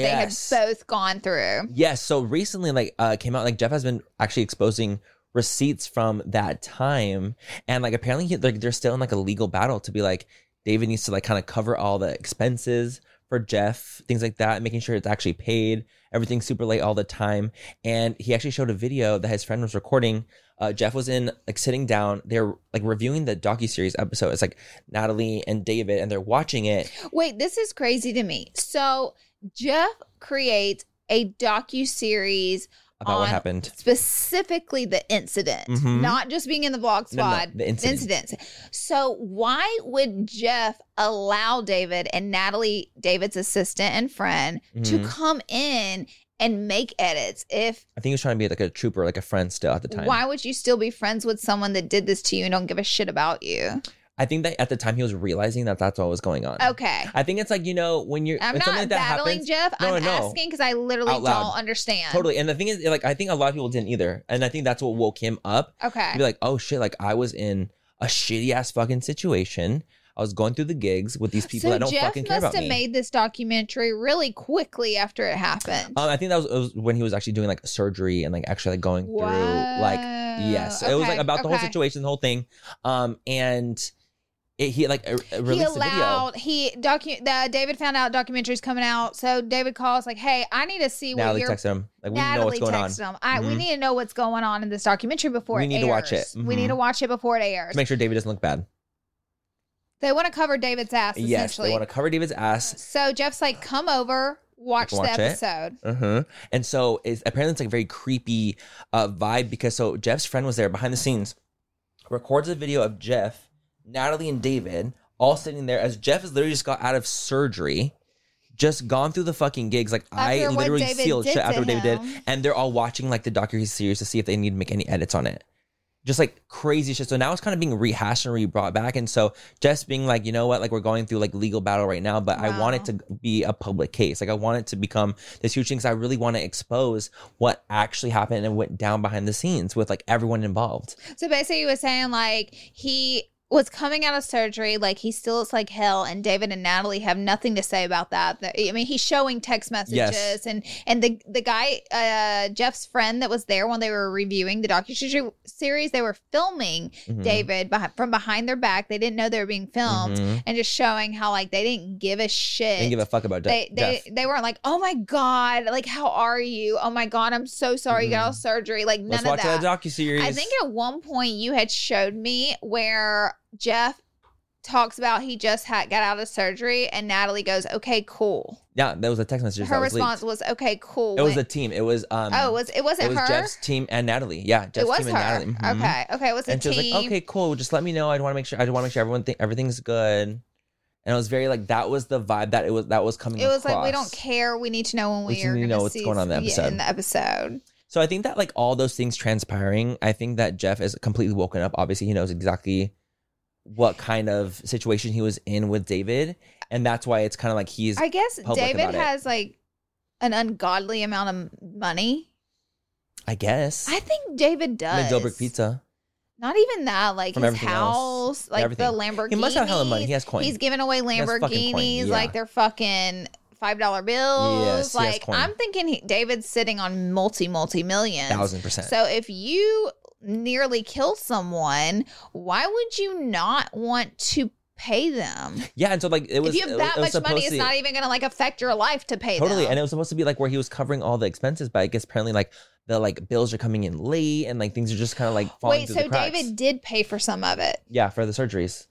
Speaker 2: that they had both gone through.
Speaker 1: Yes. So recently, like, uh, came out like Jeff has been actually exposing receipts from that time, and like apparently, he, like, they're still in like a legal battle to be like David needs to like kind of cover all the expenses for Jeff, things like that, making sure it's actually paid. Everything's super late all the time, and he actually showed a video that his friend was recording. Uh, Jeff was in like sitting down. They're like reviewing the docu series episode. It's like Natalie and David, and they're watching it.
Speaker 2: Wait, this is crazy to me. So Jeff creates a docu series
Speaker 1: About what
Speaker 2: On
Speaker 1: happened?
Speaker 2: specifically the incident,
Speaker 1: Mhm.
Speaker 2: not just being in the vlog
Speaker 1: No, no,
Speaker 2: squad.
Speaker 1: the incident.
Speaker 2: Incidents. So why would Jeff allow David and Natalie, David's assistant and friend,
Speaker 1: Mhm.
Speaker 2: to come in and make edits? If
Speaker 1: I think he was trying to be like a trooper, like a friend still at the time.
Speaker 2: why would you still be friends with someone that did this to you and don't give a shit about you?
Speaker 1: I think that at the time he was realizing that that's what was going on.
Speaker 2: Okay.
Speaker 1: I think it's like you know when you're
Speaker 2: I'm
Speaker 1: when something
Speaker 2: not
Speaker 1: like that
Speaker 2: battling
Speaker 1: happens,
Speaker 2: Jeff.
Speaker 1: No,
Speaker 2: I'm
Speaker 1: no, no.
Speaker 2: asking because I literally
Speaker 1: Out loud.
Speaker 2: don't understand.
Speaker 1: totally. And the thing is, like I think a lot of people didn't either, and I think that's what woke him up.
Speaker 2: Okay.
Speaker 1: He'd be like, oh shit, like I was in a shitty ass fucking situation. I was going through the gigs with these people
Speaker 2: so
Speaker 1: that don't
Speaker 2: Jeff
Speaker 1: fucking
Speaker 2: must
Speaker 1: care about
Speaker 2: have
Speaker 1: me.
Speaker 2: made this documentary really quickly after it happened.
Speaker 1: um, I think that was, it was when he was actually doing like surgery and like actually like going through like yes,
Speaker 2: Wow.
Speaker 1: it was like
Speaker 2: Okay,
Speaker 1: about the whole
Speaker 2: okay.
Speaker 1: situation, the whole thing. Um, and it, he like uh, uh,
Speaker 2: He
Speaker 1: released a video.
Speaker 2: allowed he docu the David found out documentaries coming out, so David calls like, "Hey, I need to see what
Speaker 1: Natalie
Speaker 2: your
Speaker 1: texted him like we need to know
Speaker 2: Natalie
Speaker 1: what's going on
Speaker 2: texted him. I we
Speaker 1: Mhm.
Speaker 2: need to know what's going on in this documentary before
Speaker 1: We
Speaker 2: it
Speaker 1: need to watch
Speaker 2: airs.
Speaker 1: it.
Speaker 2: We need
Speaker 1: Mhm.
Speaker 2: to watch it before it airs.
Speaker 1: to make sure David doesn't look bad.
Speaker 2: they want to cover David's ass
Speaker 1: Yes, they
Speaker 2: essentially.
Speaker 1: want to cover David's ass.
Speaker 2: so Jeff's like, "Come over, watch
Speaker 1: can
Speaker 2: the
Speaker 1: watch it.
Speaker 2: episode."
Speaker 1: Uh-huh. And so it's apparently it's like a very creepy uh, vibe because so Jeff's friend was there behind the scenes, records a video of Jeff, Natalie, and David all sitting there as Jeff has literally just got out of surgery, just gone through the fucking gigs. Like I
Speaker 2: After what
Speaker 1: literally
Speaker 2: David
Speaker 1: sealed
Speaker 2: did
Speaker 1: shit
Speaker 2: to
Speaker 1: after what David did,
Speaker 2: him.
Speaker 1: and they're all watching like the docu series to see if they need to make any edits on it. Just like crazy shit. So now it's kind of being rehashed and re brought back. And so Jeff's being like, you know what? Like we're going through like legal battle right now, but I want it
Speaker 2: Wow.
Speaker 1: to to be a public case. Like I want it to become this huge thing because I really want to expose what actually happened and went down behind the scenes with like everyone involved.
Speaker 2: So basically, he was saying like he was coming out of surgery, like he still looks like hell, and David and Natalie have nothing to say about that. That- I mean, he's showing text messages, and and the the guy uh, Jeff's friend that was there when they were reviewing the docu series, they were filming
Speaker 1: Mhm.
Speaker 2: David behind, from behind their back. They didn't know they were being filmed,
Speaker 1: Mhm.
Speaker 2: and just showing how like they didn't give a shit.
Speaker 1: Didn't give a fuck about
Speaker 2: they
Speaker 1: De-
Speaker 2: they,
Speaker 1: Jeff.
Speaker 2: they weren't like, oh my god, like how are you? Oh my god, I'm so sorry you got out of surgery. Like none
Speaker 1: Mm-hmm. Let's
Speaker 2: of
Speaker 1: watch uh,
Speaker 2: that.
Speaker 1: that docu series.
Speaker 2: I think at one point you had showed me where Jeff talks about he just had got out of surgery, and Natalie goes, "Okay, cool."
Speaker 1: yeah, that was a text message.
Speaker 2: Her
Speaker 1: that was
Speaker 2: response
Speaker 1: leaked.
Speaker 2: was, "Okay, cool."
Speaker 1: It was a
Speaker 2: When-
Speaker 1: team. It was um.
Speaker 2: oh, it was it wasn't
Speaker 1: it was
Speaker 2: her?
Speaker 1: Jeff's team and Natalie. Yeah, Jeff's
Speaker 2: it was
Speaker 1: team
Speaker 2: her.
Speaker 1: and Natalie. Mhm.
Speaker 2: Okay, okay, it was a
Speaker 1: And she
Speaker 2: team.
Speaker 1: was like, "Okay, cool. Just let me know. I want to make sure. I just want to make sure everyone think everything's good." And it was very like that was the vibe that it was that was coming.
Speaker 2: It was like we
Speaker 1: across.
Speaker 2: don't care. We need to know when
Speaker 1: We
Speaker 2: we,
Speaker 1: just
Speaker 2: are
Speaker 1: need to
Speaker 2: going
Speaker 1: know
Speaker 2: to
Speaker 1: what's
Speaker 2: see
Speaker 1: going on in the
Speaker 2: yeah,
Speaker 1: episode.
Speaker 2: in the episode.
Speaker 1: So I think that like all those things transpiring, I think that Jeff is completely woken up. Obviously, he knows exactly what kind of situation he was in with David, and that's why it's kind of like he's
Speaker 2: I guess
Speaker 1: public
Speaker 2: David
Speaker 1: about it.
Speaker 2: has like an ungodly amount of money?
Speaker 1: I guess.
Speaker 2: I think David does.
Speaker 1: Like Dobrik Pizza.
Speaker 2: Not even that. Like
Speaker 1: From
Speaker 2: his
Speaker 1: everything else.
Speaker 2: house, like the Lamborghini.
Speaker 1: Everything. He must have hella money. He has coin.
Speaker 2: He's giving away
Speaker 1: has fucking coin,
Speaker 2: Lamborghinis
Speaker 1: yeah.
Speaker 2: like they're fucking five dollar bills.
Speaker 1: Yes, he has
Speaker 2: like
Speaker 1: coin.
Speaker 2: I'm thinking he, David's sitting on multi multi millions.
Speaker 1: Thousand percent.
Speaker 2: So if you nearly kill someone, why would you not want to pay them?
Speaker 1: yeah, and so like it was.
Speaker 2: if you
Speaker 1: it
Speaker 2: have
Speaker 1: was-
Speaker 2: that
Speaker 1: it was
Speaker 2: much money,
Speaker 1: supposed
Speaker 2: it's
Speaker 1: to-
Speaker 2: not even going to like affect your life to pay
Speaker 1: totally
Speaker 2: them.
Speaker 1: and it was supposed to be like where he was covering all the expenses but i guess apparently like the like bills are coming in late and like things are just kind of like falling
Speaker 2: Wait,
Speaker 1: through
Speaker 2: so
Speaker 1: the cracks.
Speaker 2: David did pay for some of it.
Speaker 1: yeah for the surgeries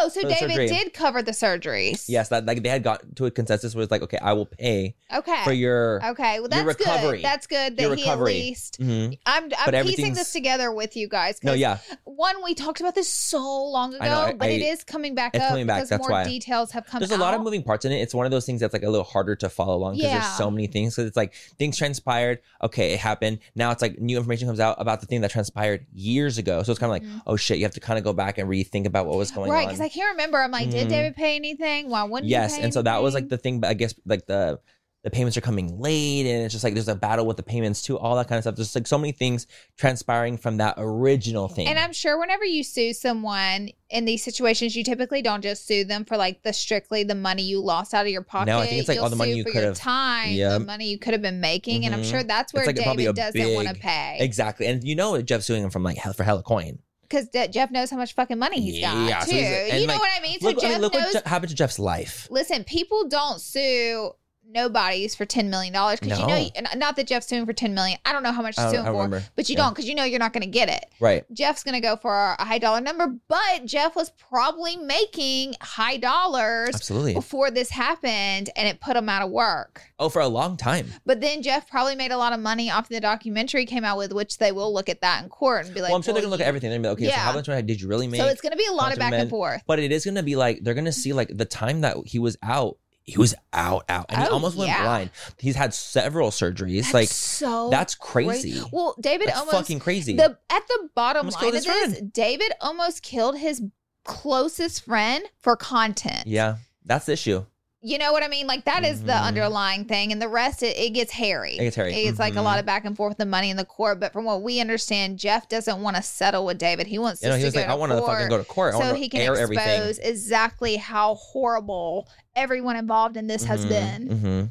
Speaker 2: Oh, so
Speaker 1: For the
Speaker 2: David
Speaker 1: surgery.
Speaker 2: did cover the surgeries.
Speaker 1: yes that like they had got to a consensus where it's like okay i will pay
Speaker 2: Okay.
Speaker 1: for your
Speaker 2: okay. Well, that's
Speaker 1: your recovery.
Speaker 2: good. That's good that
Speaker 1: Your
Speaker 2: he at
Speaker 1: recovery.
Speaker 2: least.
Speaker 1: Mhm.
Speaker 2: I'm
Speaker 1: But
Speaker 2: I'm piecing
Speaker 1: everything's-
Speaker 2: this together with you guys. 'cause
Speaker 1: no yeah
Speaker 2: One, we talked about this so long ago,
Speaker 1: I know, I-
Speaker 2: but it
Speaker 1: I-
Speaker 2: is coming back
Speaker 1: it's
Speaker 2: up
Speaker 1: coming back,
Speaker 2: because
Speaker 1: that's
Speaker 2: more
Speaker 1: why.
Speaker 2: details have come.
Speaker 1: there's a lot of
Speaker 2: out.
Speaker 1: moving parts in it it's one of those things that's like a little harder to follow along because
Speaker 2: Yeah.
Speaker 1: there's so many things because it's like things transpired okay it happened now it's like new information comes out about the thing that transpired years ago so it's kind of like
Speaker 2: Mhm.
Speaker 1: oh shit you have to kind of go back and rethink about what was going on
Speaker 2: right, because I can't remember. I'm like, did
Speaker 1: Mhm.
Speaker 2: David pay anything? Why wouldn't? he
Speaker 1: yes
Speaker 2: pay
Speaker 1: and so that was like
Speaker 2: anything?
Speaker 1: the thing but i guess like the the payments are coming late and it's just like there's a battle with the payments too all that kind of stuff there's like so many things transpiring from that original thing
Speaker 2: And I'm sure whenever you sue someone in these situations, you typically don't just sue them for like the strictly the money you lost out of your pocket.
Speaker 1: No, I think it's, like,
Speaker 2: You'll
Speaker 1: all the money
Speaker 2: sue
Speaker 1: you
Speaker 2: for
Speaker 1: could
Speaker 2: your
Speaker 1: have-
Speaker 2: time,
Speaker 1: Yep.
Speaker 2: the money you could have been making, and I'm
Speaker 1: Mhm.
Speaker 2: sure that's where
Speaker 1: like probably
Speaker 2: David
Speaker 1: a
Speaker 2: doesn't want to
Speaker 1: big-
Speaker 2: pay
Speaker 1: exactly and you know jeff's suing him from like hell for hella coin
Speaker 2: because Jeff knows how much fucking money he's
Speaker 1: Yeah,
Speaker 2: got
Speaker 1: so
Speaker 2: too.
Speaker 1: he's- and,
Speaker 2: you know
Speaker 1: like,
Speaker 2: what I mean? So
Speaker 1: look,
Speaker 2: Jeff
Speaker 1: I mean, look
Speaker 2: knows.
Speaker 1: what Je- happened to jeff's life
Speaker 2: listen, people don't sue. Nobody's for ten million dollars because you
Speaker 1: No.
Speaker 2: know, and not that Jeff's suing for ten million. I don't know how much
Speaker 1: I don't-
Speaker 2: he's suing
Speaker 1: I don't
Speaker 2: for,
Speaker 1: remember.
Speaker 2: but you
Speaker 1: Yeah.
Speaker 2: don't because you know you're not going to get it.
Speaker 1: right
Speaker 2: Jeff's going to go for a high dollar number, but Jeff was probably making high dollars
Speaker 1: absolutely
Speaker 2: before this happened and it put him out of work.
Speaker 1: oh for a long time
Speaker 2: But then Jeff probably made a lot of money off the documentary came out with, which they will look at that in court and be like,
Speaker 1: well i'm sure they're gonna
Speaker 2: "Well,
Speaker 1: look at everything they're gonna be like okay so
Speaker 2: Yeah.
Speaker 1: how much money did you really
Speaker 2: you-"
Speaker 1: make
Speaker 2: So it's going to be a lot of back
Speaker 1: Contraband.
Speaker 2: and forth.
Speaker 1: but it is gonna be like they're gonna see like the time that he was out he was out out and he
Speaker 2: Oh,
Speaker 1: almost went
Speaker 2: yeah.
Speaker 1: blind he's had several surgeries
Speaker 2: That's
Speaker 1: like
Speaker 2: so
Speaker 1: that's crazy
Speaker 2: Oh, Well, David
Speaker 1: That's
Speaker 2: almost
Speaker 1: fucking crazy.
Speaker 2: The at the bottom
Speaker 1: Almost
Speaker 2: line of
Speaker 1: killed
Speaker 2: this,
Speaker 1: his
Speaker 2: David almost killed his closest friend for content.
Speaker 1: yeah, that's the issue.
Speaker 2: You know what I mean? Like that is the
Speaker 1: Mhm.
Speaker 2: underlying thing, and the rest it, it gets hairy.
Speaker 1: It gets hairy.
Speaker 2: It's like a
Speaker 1: Mhm.
Speaker 2: lot of back and forth, the money in the court. But from what we understand, Jeff doesn't want to settle with David. He wants
Speaker 1: You know,
Speaker 2: us
Speaker 1: he
Speaker 2: to
Speaker 1: was
Speaker 2: go
Speaker 1: like,
Speaker 2: to
Speaker 1: I want to fucking go to court. I
Speaker 2: so
Speaker 1: want
Speaker 2: he
Speaker 1: to
Speaker 2: can
Speaker 1: air
Speaker 2: expose
Speaker 1: everything.
Speaker 2: exactly how horrible everyone involved in this has been.
Speaker 1: hmm Mm-hmm,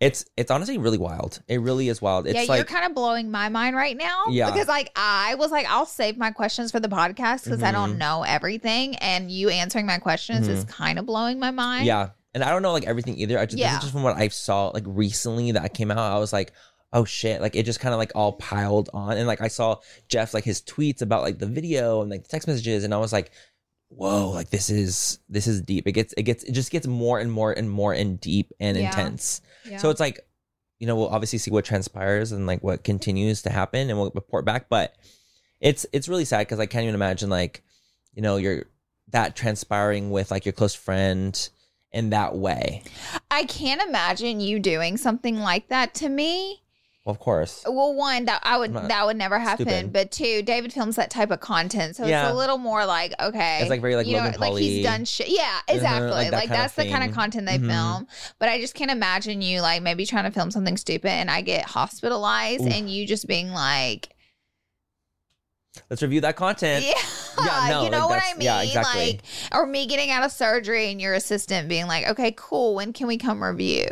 Speaker 1: It's it's honestly really wild. It really is wild. It's
Speaker 2: yeah,
Speaker 1: like
Speaker 2: you're kind of blowing my mind right now.
Speaker 1: Yeah.
Speaker 2: Because like I was like, I'll save my questions for the podcast because I don't
Speaker 1: Mhm.
Speaker 2: know everything, and you answering my questions is kind of blowing my mind.
Speaker 1: Mm-hmm. yeah, and I don't know like everything either. I just, this
Speaker 2: Yeah.
Speaker 1: is just from what I saw like recently that came out. I was like. Oh shit! Like it just kind of like all piled on, and like I saw Jeff like his tweets about like the video and like the text messages, and I was like, "Whoa! Like this is this is deep. It gets it gets it just gets more and more and more and deep and
Speaker 2: Yeah.
Speaker 1: intense."
Speaker 2: Yeah.
Speaker 1: So it's like, you know, we'll obviously see what transpires and like what continues to happen, and we'll report back. But it's it's really sad because I can't even imagine like, you know, your that transpiring with like your close friend in that way.
Speaker 2: I can't imagine you doing something like that to me.
Speaker 1: Well, of course,
Speaker 2: Well, one that I would
Speaker 1: I'm not
Speaker 2: that would never happen,
Speaker 1: stupid.
Speaker 2: but two, David films that type of content, so
Speaker 1: Yeah.
Speaker 2: it's a little more like okay,
Speaker 1: It's like very, like,
Speaker 2: you know,
Speaker 1: Logan
Speaker 2: like
Speaker 1: Paul-y.
Speaker 2: he's done shit. Yeah, exactly.
Speaker 1: like
Speaker 2: Like,
Speaker 1: that kind of
Speaker 2: that's the kind of
Speaker 1: thing.
Speaker 2: content they
Speaker 1: Mhm.
Speaker 2: film. But I just can't imagine you like maybe trying to film something stupid and I get hospitalized
Speaker 1: Oof.
Speaker 2: and you just being like,
Speaker 1: let's review that
Speaker 2: yeah,
Speaker 1: content. no,
Speaker 2: you know
Speaker 1: like,
Speaker 2: what I
Speaker 1: that's-
Speaker 2: mean,
Speaker 1: yeah, exactly.
Speaker 2: like, or me getting out of surgery and your assistant being like, okay, cool, when can we come review?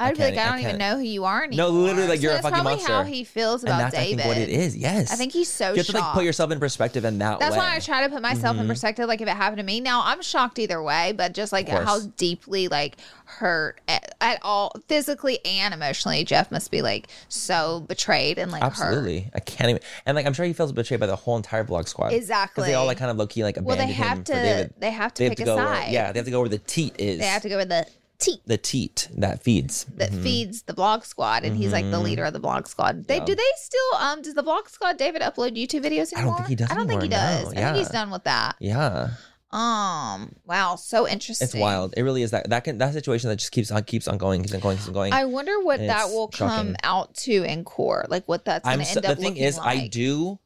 Speaker 1: I
Speaker 2: I'd be like,
Speaker 1: can't-
Speaker 2: I
Speaker 1: I
Speaker 2: don't
Speaker 1: can't.
Speaker 2: even know who you are anymore.
Speaker 1: No, literally, like, you're a
Speaker 2: that's
Speaker 1: fucking
Speaker 2: probably
Speaker 1: monster.
Speaker 2: How he feels
Speaker 1: and
Speaker 2: about
Speaker 1: that's
Speaker 2: David.
Speaker 1: I think what it is. Yes,
Speaker 2: I think he's so
Speaker 1: you have to
Speaker 2: shocked.
Speaker 1: like put yourself in perspective in that
Speaker 2: That's
Speaker 1: way.
Speaker 2: why I try to put myself in
Speaker 1: Mhm.
Speaker 2: perspective. Like if it happened to me, now I'm shocked either way, but just like
Speaker 1: Of course.
Speaker 2: how deeply like hurt at, at all, physically and emotionally, Jeff must be like so betrayed and like hurt.
Speaker 1: Absolutely, I can't even. And like, I'm sure he feels betrayed by the whole entire vlog squad. 'Cause
Speaker 2: Exactly.
Speaker 1: They all like kind of low key like
Speaker 2: well,
Speaker 1: abandoned
Speaker 2: they have
Speaker 1: him for
Speaker 2: to.
Speaker 1: David.
Speaker 2: They have to
Speaker 1: They have
Speaker 2: pick
Speaker 1: to
Speaker 2: a
Speaker 1: go.
Speaker 2: side.
Speaker 1: Where, yeah, they have to go where the teat is.
Speaker 2: They have to go with the teat
Speaker 1: the teat that feeds.
Speaker 2: that
Speaker 1: Mhm.
Speaker 2: feeds the blog squad, and he's like the
Speaker 1: Mhm.
Speaker 2: leader of the blog squad. They
Speaker 1: Yeah.
Speaker 2: do they still? Um, does the blog squad David upload YouTube videos
Speaker 1: I don't
Speaker 2: anymore?
Speaker 1: think he does
Speaker 2: I don't think he
Speaker 1: anymore, no.
Speaker 2: does. I think he's
Speaker 1: Yeah.
Speaker 2: done with that.
Speaker 1: Yeah,
Speaker 2: Um, wow, so interesting.
Speaker 1: it's wild. It really is that that can, that situation that just keeps on keeps on going, keeps on going, keeps on going.
Speaker 2: I wonder what
Speaker 1: And
Speaker 2: that
Speaker 1: it's
Speaker 2: will come
Speaker 1: shocking.
Speaker 2: out to in court, like what that's going to
Speaker 1: so-
Speaker 2: end up.
Speaker 1: the thing
Speaker 2: looking
Speaker 1: is, I
Speaker 2: like.
Speaker 1: do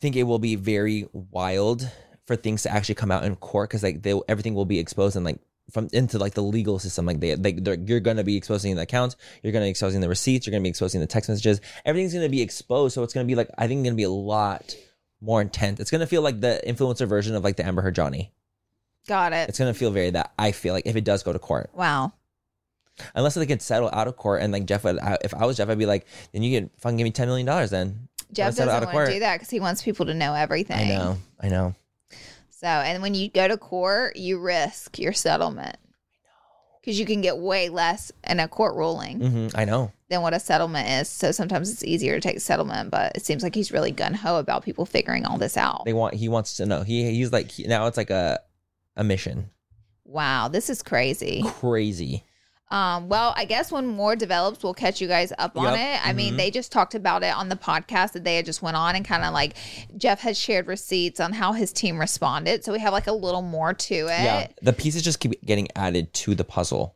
Speaker 1: think it will be very wild for things to actually come out in court because like they everything will be exposed and like from into like the legal system. Like they, they they're, you're going to be exposing the accounts, you're going to be exposing the receipts, you're going to be exposing the text messages. Everything's going to be exposed. So it's going to be like I think going to be a lot more intense. It's going to feel like the influencer version of like the Amber Heard Johnny.
Speaker 2: Got it.
Speaker 1: It's going to feel very that I feel like if it does go to court,
Speaker 2: Wow.
Speaker 1: unless they could settle out of court and like Jeff would. I, if I was Jeff, I'd be like, then you can fucking give me ten million dollars. Then
Speaker 2: Jeff
Speaker 1: settle out
Speaker 2: doesn't
Speaker 1: of
Speaker 2: want
Speaker 1: court.
Speaker 2: to do that because he wants people to know everything.
Speaker 1: I know, I know.
Speaker 2: So, and when you go to court, you risk your settlement because you can get way less in a court ruling
Speaker 1: hmm I know.
Speaker 2: than what a settlement is. So sometimes it's easier to take settlement, but it seems like he's really gun ho about people figuring all this out.
Speaker 1: They want. He wants to know. He he's like he, now. It's like a a mission.
Speaker 2: wow, this is crazy.
Speaker 1: Crazy.
Speaker 2: Um, well, I guess when more develops, we'll catch you guys up on
Speaker 1: Yep.
Speaker 2: it. I mean,
Speaker 1: Mhm.
Speaker 2: they just talked about it on the podcast that they had just went on and kind of like Jeff had shared receipts on how his team responded. So we have like a little more to it.
Speaker 1: Yeah. The pieces just keep getting added to the puzzle.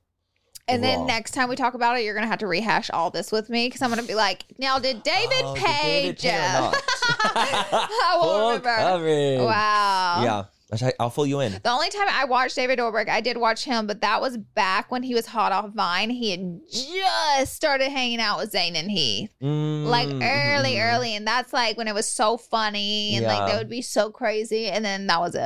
Speaker 2: And then
Speaker 1: Overall.
Speaker 2: next time we talk about it, you're gonna have to rehash all this with me because I'm gonna be like, now did David
Speaker 1: Oh, did
Speaker 2: pay
Speaker 1: David pay or
Speaker 2: Jeff?
Speaker 1: not?
Speaker 2: I won't
Speaker 1: Full
Speaker 2: remember.
Speaker 1: coverage.
Speaker 2: Wow.
Speaker 1: Yeah. Actually, I'll fill you in.
Speaker 2: The only time I watched David Dobrik, I did watch him, but that was back when he was hot off Vine. He had just started hanging out with Zayn and Heath, like
Speaker 1: Mm,
Speaker 2: early,
Speaker 1: mhm.
Speaker 2: early, and that's like when it was so funny and like
Speaker 1: Yeah.
Speaker 2: that would be so crazy, and then that was it.
Speaker 1: I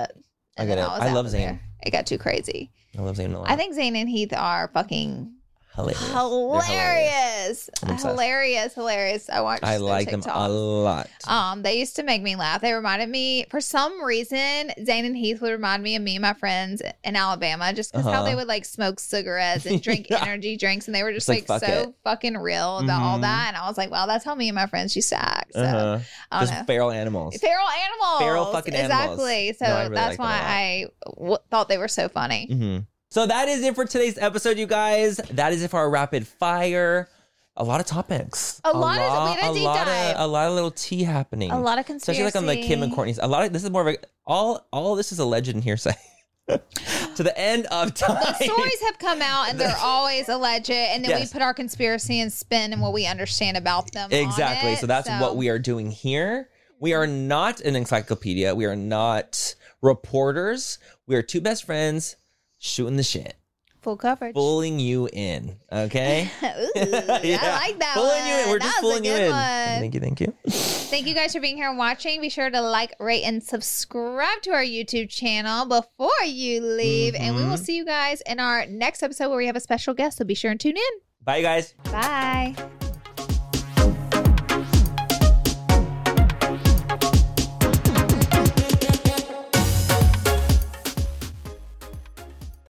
Speaker 2: And
Speaker 1: get
Speaker 2: then
Speaker 1: it.
Speaker 2: was
Speaker 1: I
Speaker 2: out
Speaker 1: love
Speaker 2: of
Speaker 1: Zayn.
Speaker 2: there. It got too crazy.
Speaker 1: I love Zayn a lot.
Speaker 2: I think Zayn and Heath are fucking
Speaker 1: hilarious. They're hilarious.
Speaker 2: hilarious,
Speaker 1: I'm obsessed.
Speaker 2: hilarious, hilarious. I watched.
Speaker 1: I
Speaker 2: their
Speaker 1: like them a
Speaker 2: TikToks.
Speaker 1: lot.
Speaker 2: Um, they used to make me laugh. They reminded me, for some reason, Zayn and Heath would remind me of me and my friends in Alabama, just because how
Speaker 1: Uh-huh.
Speaker 2: they would like smoke cigarettes and drink
Speaker 1: Yeah.
Speaker 2: energy drinks, and they were just,
Speaker 1: It's like,
Speaker 2: like,
Speaker 1: fuck
Speaker 2: so
Speaker 1: it.
Speaker 2: fucking real about all
Speaker 1: Mhm.
Speaker 2: that. And I was like, well, that's how me and my friends used to act. So
Speaker 1: Uh-huh.
Speaker 2: I
Speaker 1: Just
Speaker 2: don't know.
Speaker 1: feral animals.
Speaker 2: Feral animals.
Speaker 1: Feral fucking animals.
Speaker 2: Exactly. So
Speaker 1: No, I really like
Speaker 2: that's why I w- thought they were so funny.
Speaker 1: Mhm. So that is it for today's episode, you guys. That is it for our rapid fire. A lot of topics.
Speaker 2: A lot of-
Speaker 1: lo-
Speaker 2: we had a deep
Speaker 1: lot
Speaker 2: dive.
Speaker 1: Of, a lot of little tea happening.
Speaker 2: A lot of
Speaker 1: Mm-hmm. Especially
Speaker 2: conspiracy.
Speaker 1: like on like Kim and Courtney's. A lot of this is more of a all all this is a legend and hearsay. to the end of time.
Speaker 2: The stories have come out and they're always alleged, and then we
Speaker 1: Yes.
Speaker 2: put our conspiracy and spin and what we understand about them. on
Speaker 1: Exactly.
Speaker 2: it.
Speaker 1: So that's what we are doing here. We are not an encyclopedia. We are not reporters. We are two best friends shooting the shit,
Speaker 2: full coverage.
Speaker 1: fooling you in. Okay.
Speaker 2: Ooh,
Speaker 1: Yeah.
Speaker 2: I like that
Speaker 1: Fooling
Speaker 2: one.
Speaker 1: you in. We're
Speaker 2: That
Speaker 1: just
Speaker 2: was a
Speaker 1: fooling you
Speaker 2: good
Speaker 1: in.
Speaker 2: one.
Speaker 1: Thank you. Thank you.
Speaker 2: Thank you guys for being here and watching. Be sure to like, rate, and subscribe to our YouTube channel before you leave. And we will
Speaker 1: Mhm.
Speaker 2: see you guys in our next episode where we have a special guest. So be sure and tune in.
Speaker 1: Bye, you guys.
Speaker 2: Bye.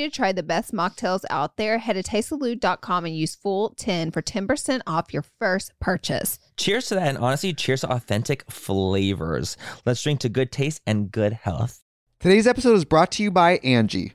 Speaker 2: to try the best mocktails out there, head to tastesalute.com and use full 10 for 10% off your first purchase.
Speaker 1: Cheers to that, and honestly, cheers to authentic flavors. Let's drink to good taste and good health.
Speaker 6: Today's episode is brought to you by Angie.